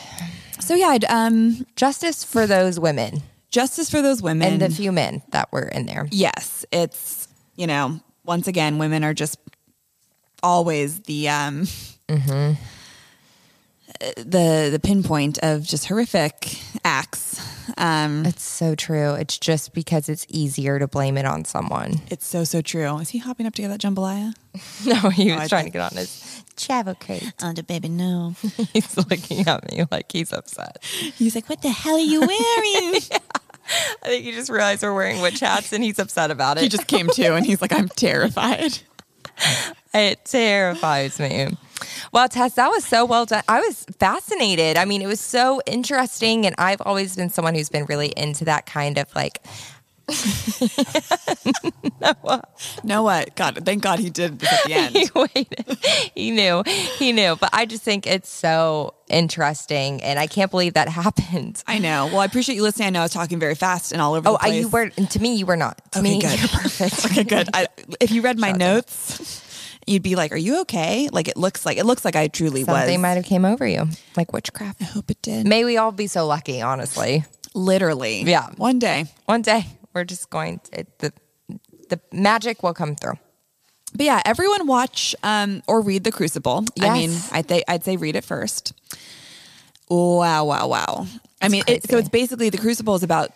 Speaker 2: so yeah I'd, um
Speaker 1: justice for those women
Speaker 2: justice for those women
Speaker 1: and the few men that were in there.
Speaker 2: yes, it's you know, once Mm-hmm. again, women are just always the um uh, the the pinpoint of just horrific acts. Um,
Speaker 1: It's so true. It's just because it's easier to blame it on someone.
Speaker 2: it's so so true. Is he hopping up to get that jambalaya?
Speaker 1: *laughs* No, he was
Speaker 2: Oh, I
Speaker 1: trying to get on his travel crate.
Speaker 2: Oh, the baby, no.
Speaker 1: *laughs* He's looking at me like he's upset.
Speaker 2: He's like, "What the hell are you wearing?"
Speaker 1: I think he just realized we're wearing witch hats and he's upset about it.
Speaker 2: *laughs* he just came to, and he's like, "I'm terrified."
Speaker 1: It terrifies me. Well, Tess, that was so well done. I was fascinated. I mean, it was so interesting. And I've always been someone who's been really into that kind of like,
Speaker 2: *laughs*
Speaker 1: *laughs*
Speaker 2: No, what? God, thank God he did this at the end.
Speaker 1: he waited. He knew. He knew. But I just think it's so interesting. And I can't believe that *laughs* happened.
Speaker 2: *laughs* I know. Well, I appreciate you listening. I know I was talking very fast and all over.
Speaker 1: Oh,
Speaker 2: the
Speaker 1: I,
Speaker 2: place.
Speaker 1: you were, to me, you were not. To
Speaker 2: Okay,
Speaker 1: me,
Speaker 2: good.
Speaker 1: you're
Speaker 2: *laughs*
Speaker 1: perfect.
Speaker 2: okay, good. I, if you read my
Speaker 1: Shout out.
Speaker 2: notes, you'd be like, "Are you okay?" Like it looks like it looks like I truly
Speaker 1: Something
Speaker 2: was.
Speaker 1: might have came over you, like witchcraft.
Speaker 2: I hope it did.
Speaker 1: May we all be so lucky, honestly.
Speaker 2: Literally,
Speaker 1: Yeah.
Speaker 2: One day,
Speaker 1: One day, we're just going to, it, the, the magic will come through.
Speaker 2: but yeah, everyone watch um, or read the Crucible. I
Speaker 1: Yes.
Speaker 2: mean, I th- I'd say read it first. Wow, wow, wow. I mean, it, so
Speaker 1: crazy.
Speaker 2: it's basically the Crucible is about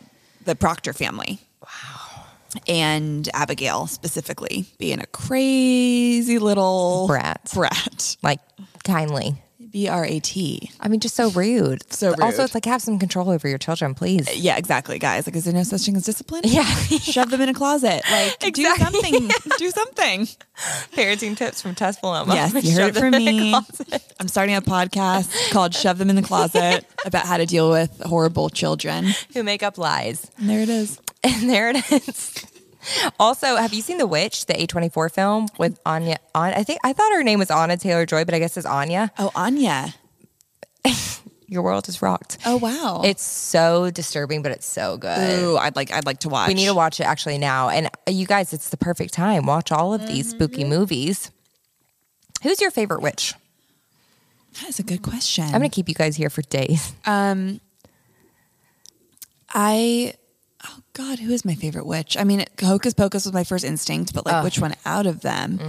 Speaker 2: the Proctor family. Wow. And Abigail specifically being a crazy little
Speaker 1: Brat.
Speaker 2: Brat.
Speaker 1: like kindly.
Speaker 2: B R A T.
Speaker 1: I mean, just so rude.
Speaker 2: So
Speaker 1: Also,
Speaker 2: rude.
Speaker 1: it's like have some control over your children, please.
Speaker 2: Yeah, exactly, guys. Like, is there no such thing as discipline?
Speaker 1: *laughs* Yeah.
Speaker 2: Shove them in a closet. Like, do
Speaker 1: Exactly. *laughs*
Speaker 2: something. Do something.
Speaker 1: Parenting tips from Tess Paloma.
Speaker 2: Yes, you heard it from me. I'm starting a podcast called Shove Them in
Speaker 1: *laughs*
Speaker 2: the Closet about how to deal with horrible children.
Speaker 1: *laughs* Who make up lies.
Speaker 2: And there it is.
Speaker 1: *laughs* And there it is. Also, have you seen The Witch, the A24 film with Anya? On, I think I thought her name was Anna Taylor Joy, but I guess it's Anya.
Speaker 2: Oh, Anya.
Speaker 1: Your world is rocked.
Speaker 2: Oh, wow.
Speaker 1: It's so disturbing, but it's so good.
Speaker 2: Ooh, I'd like I'd like to watch.
Speaker 1: We need to watch it actually now. And uh, you guys, it's the perfect time. Watch all of these spooky
Speaker 2: Mm-hmm.
Speaker 1: movies. Who's your favorite witch?
Speaker 2: That's a good question.
Speaker 1: I'm going to keep you guys here for days. *laughs*
Speaker 2: Um, I, oh God, who is my favorite witch? I mean, Hocus Pocus was my first instinct, but like, which one out of them?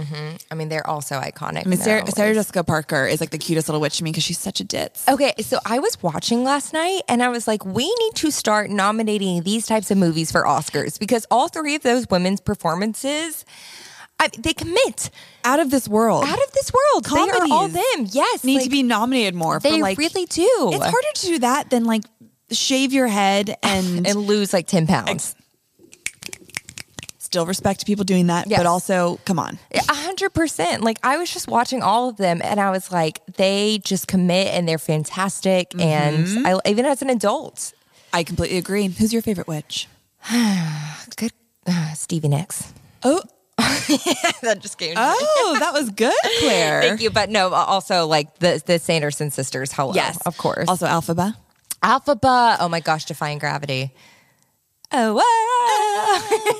Speaker 1: I mean, they're also iconic.
Speaker 2: I mean,
Speaker 1: in their
Speaker 2: Sarah,
Speaker 1: own
Speaker 2: Sarah
Speaker 1: ways.
Speaker 2: Jessica Parker is like the cutest little witch to me because she's such a ditz.
Speaker 1: Okay, so I was watching last night and I was like, we need to start nominating these types of movies for Oscars because all three of those women's performances, I, they commit
Speaker 2: Out of this world.
Speaker 1: out of this world. They are all
Speaker 2: Comedies
Speaker 1: them. Yes.
Speaker 2: need
Speaker 1: like,
Speaker 2: to be nominated more for
Speaker 1: They
Speaker 2: like.
Speaker 1: really do.
Speaker 2: it's harder to do that than like shave your head and,
Speaker 1: And lose like 10 pounds.
Speaker 2: still respect people doing that,
Speaker 1: Yes.
Speaker 2: but also, come on.
Speaker 1: A hundred percent. Like I was just watching all of them, and I was like, they just commit, and they're fantastic. And I, even as an adult, *sighs*
Speaker 2: I completely agree. Who's your favorite witch?
Speaker 1: good *sighs* uh, Stevie Nicks.
Speaker 2: Oh,
Speaker 1: *laughs* that just came.
Speaker 2: oh, that was good, *laughs* Claire.
Speaker 1: Thank you, but no. Also, like the the Sanderson sisters. Hello,
Speaker 2: Yes,
Speaker 1: of course.
Speaker 2: Also, Alphaba.
Speaker 1: Alphaba. Oh my gosh, Defying Gravity. Oh,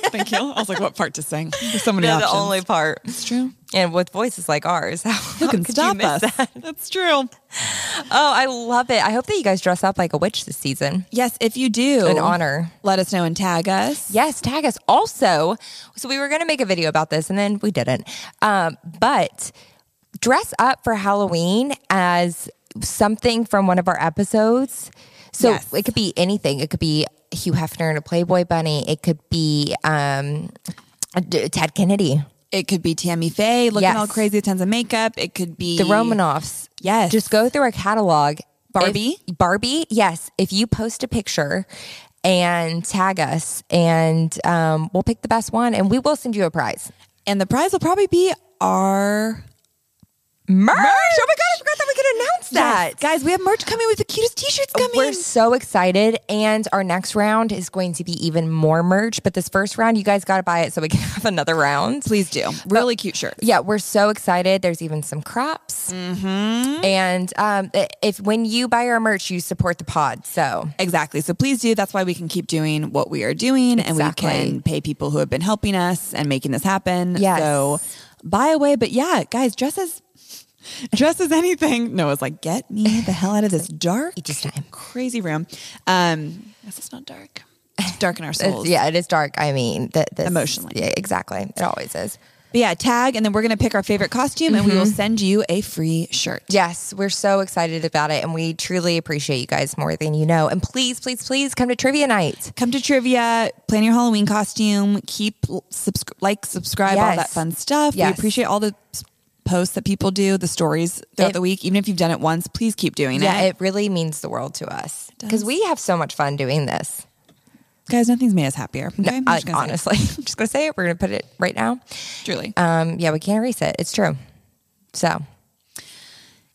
Speaker 1: *laughs* wow.
Speaker 2: *laughs* Thank you. I was like, what part to sing? There's so many
Speaker 1: Oh, ah. They're the
Speaker 2: options.
Speaker 1: only part,
Speaker 2: it's true.
Speaker 1: and with voices like ours, *laughs* how,
Speaker 2: Who
Speaker 1: how
Speaker 2: can
Speaker 1: could you
Speaker 2: stop
Speaker 1: miss
Speaker 2: us?
Speaker 1: that? *laughs*
Speaker 2: *laughs* That's true.
Speaker 1: Oh, I love it. I hope that you guys dress up like a witch this season.
Speaker 2: Yes, if you do,
Speaker 1: An honor.
Speaker 2: Let us know and tag us.
Speaker 1: Yes, tag us. Also, so we were going to make a video about this and then we didn't. Um, but dress up for Halloween as something from one of our episodes. So
Speaker 2: Yes.
Speaker 1: it could be anything. It could be Hugh Hefner and a Playboy bunny. It could be um, D- Ted Kennedy,
Speaker 2: It could be Tammy Faye looking
Speaker 1: Yes.
Speaker 2: all crazy with tons of makeup. It could be
Speaker 1: the Romanoffs.
Speaker 2: Yes.
Speaker 1: Just go through our catalog.
Speaker 2: Barbie?
Speaker 1: If- Barbie, yes. If you post a picture and tag us, and um, we'll pick the best one and we will send you a prize.
Speaker 2: And the prize will probably be our
Speaker 1: merch. Oh my god, I forgot that we could announce that.
Speaker 2: Yes, guys. We have merch coming with the cutest t-shirts coming.
Speaker 1: We're so excited, and our next round is going to be even more merch. But this first round, you guys got to buy it so we can *laughs* have another round.
Speaker 2: Please do. Really cute shirts.
Speaker 1: Yeah, we're so excited. There's even some crops, and um, if when you buy our merch, you support the pod. So
Speaker 2: Exactly. So please do. That's why we can keep doing what we are doing
Speaker 1: Exactly.
Speaker 2: and we can pay people who have been helping us and making this happen.
Speaker 1: Yes.
Speaker 2: So buy away. But yeah, guys, dress as *laughs* dress as anything. Noah's like, get me the hell out
Speaker 1: *laughs*
Speaker 2: of this dark
Speaker 1: It's time.
Speaker 2: crazy room. Um I guess it's not dark. It's dark in our
Speaker 1: *laughs* it's-
Speaker 2: souls.
Speaker 1: yeah, it is dark. I mean, th- this,
Speaker 2: Emotionally.
Speaker 1: yeah, exactly. It always is.
Speaker 2: But yeah, tag, and then we're going to pick our favorite costume and we will send you a free shirt.
Speaker 1: Yes, we're so excited about it, and we truly appreciate you guys more than you know. And please, please, please come to trivia night.
Speaker 2: Come to trivia, plan your Halloween costume, keep subscri- like, subscribe, all
Speaker 1: Yes.
Speaker 2: that fun stuff.
Speaker 1: Yes.
Speaker 2: We appreciate all the s- posts that people do, the stories throughout
Speaker 1: It-
Speaker 2: the week. Even if you've done it once, please keep doing
Speaker 1: Yeah,
Speaker 2: it.
Speaker 1: it really means the world to us because we have so much fun doing this.
Speaker 2: Guys, nothing's made us happier. Okay? I'm
Speaker 1: I,
Speaker 2: just gonna say it.
Speaker 1: honestly, *laughs* I'm just gonna say it. We're gonna put it right now.
Speaker 2: Truly.
Speaker 1: Um, yeah, we can't erase it. It's true. So,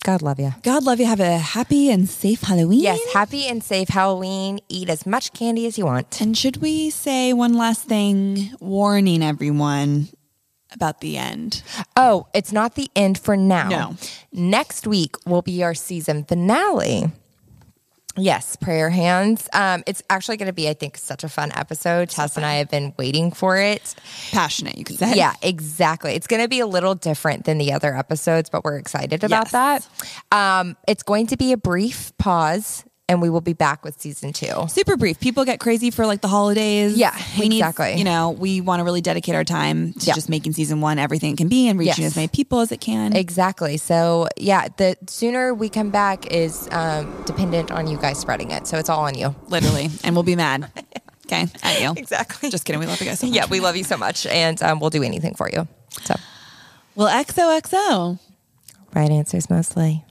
Speaker 1: God love you.
Speaker 2: God love you. Have a happy and safe Halloween.
Speaker 1: Yes, happy and safe Halloween. Eat as much candy as you want.
Speaker 2: And should we say one last thing, warning everyone about the end?
Speaker 1: Oh, it's not the end for now.
Speaker 2: No.
Speaker 1: Next week will be our season finale. Yes, prayer hands. Um, it's actually going to be, I think, such a fun episode. Tess and I have been waiting for it.
Speaker 2: Passionate, you could say.
Speaker 1: Yeah, exactly. It's going to be a little different than the other episodes, but we're excited about
Speaker 2: Yes.
Speaker 1: that. Um, it's going to be a brief pause, and we will be back with season two.
Speaker 2: Super brief. People get crazy for like the holidays.
Speaker 1: Yeah,
Speaker 2: we need,
Speaker 1: exactly.
Speaker 2: You know, we want to really dedicate our time to
Speaker 1: Yeah.
Speaker 2: just making season one everything it can be and reaching
Speaker 1: Yes.
Speaker 2: as many people as it can.
Speaker 1: Exactly. So yeah, the sooner we come back is um, dependent on you guys spreading it. So it's all on you.
Speaker 2: Literally, and we'll
Speaker 1: *laughs*
Speaker 2: be mad. Okay, at you.
Speaker 1: Exactly.
Speaker 2: Just kidding. We love you guys. So
Speaker 1: *laughs*
Speaker 2: much.
Speaker 1: Yeah, we love you so much, and um, we'll do anything for you. So
Speaker 2: Well, XOXO.
Speaker 1: right answers mostly.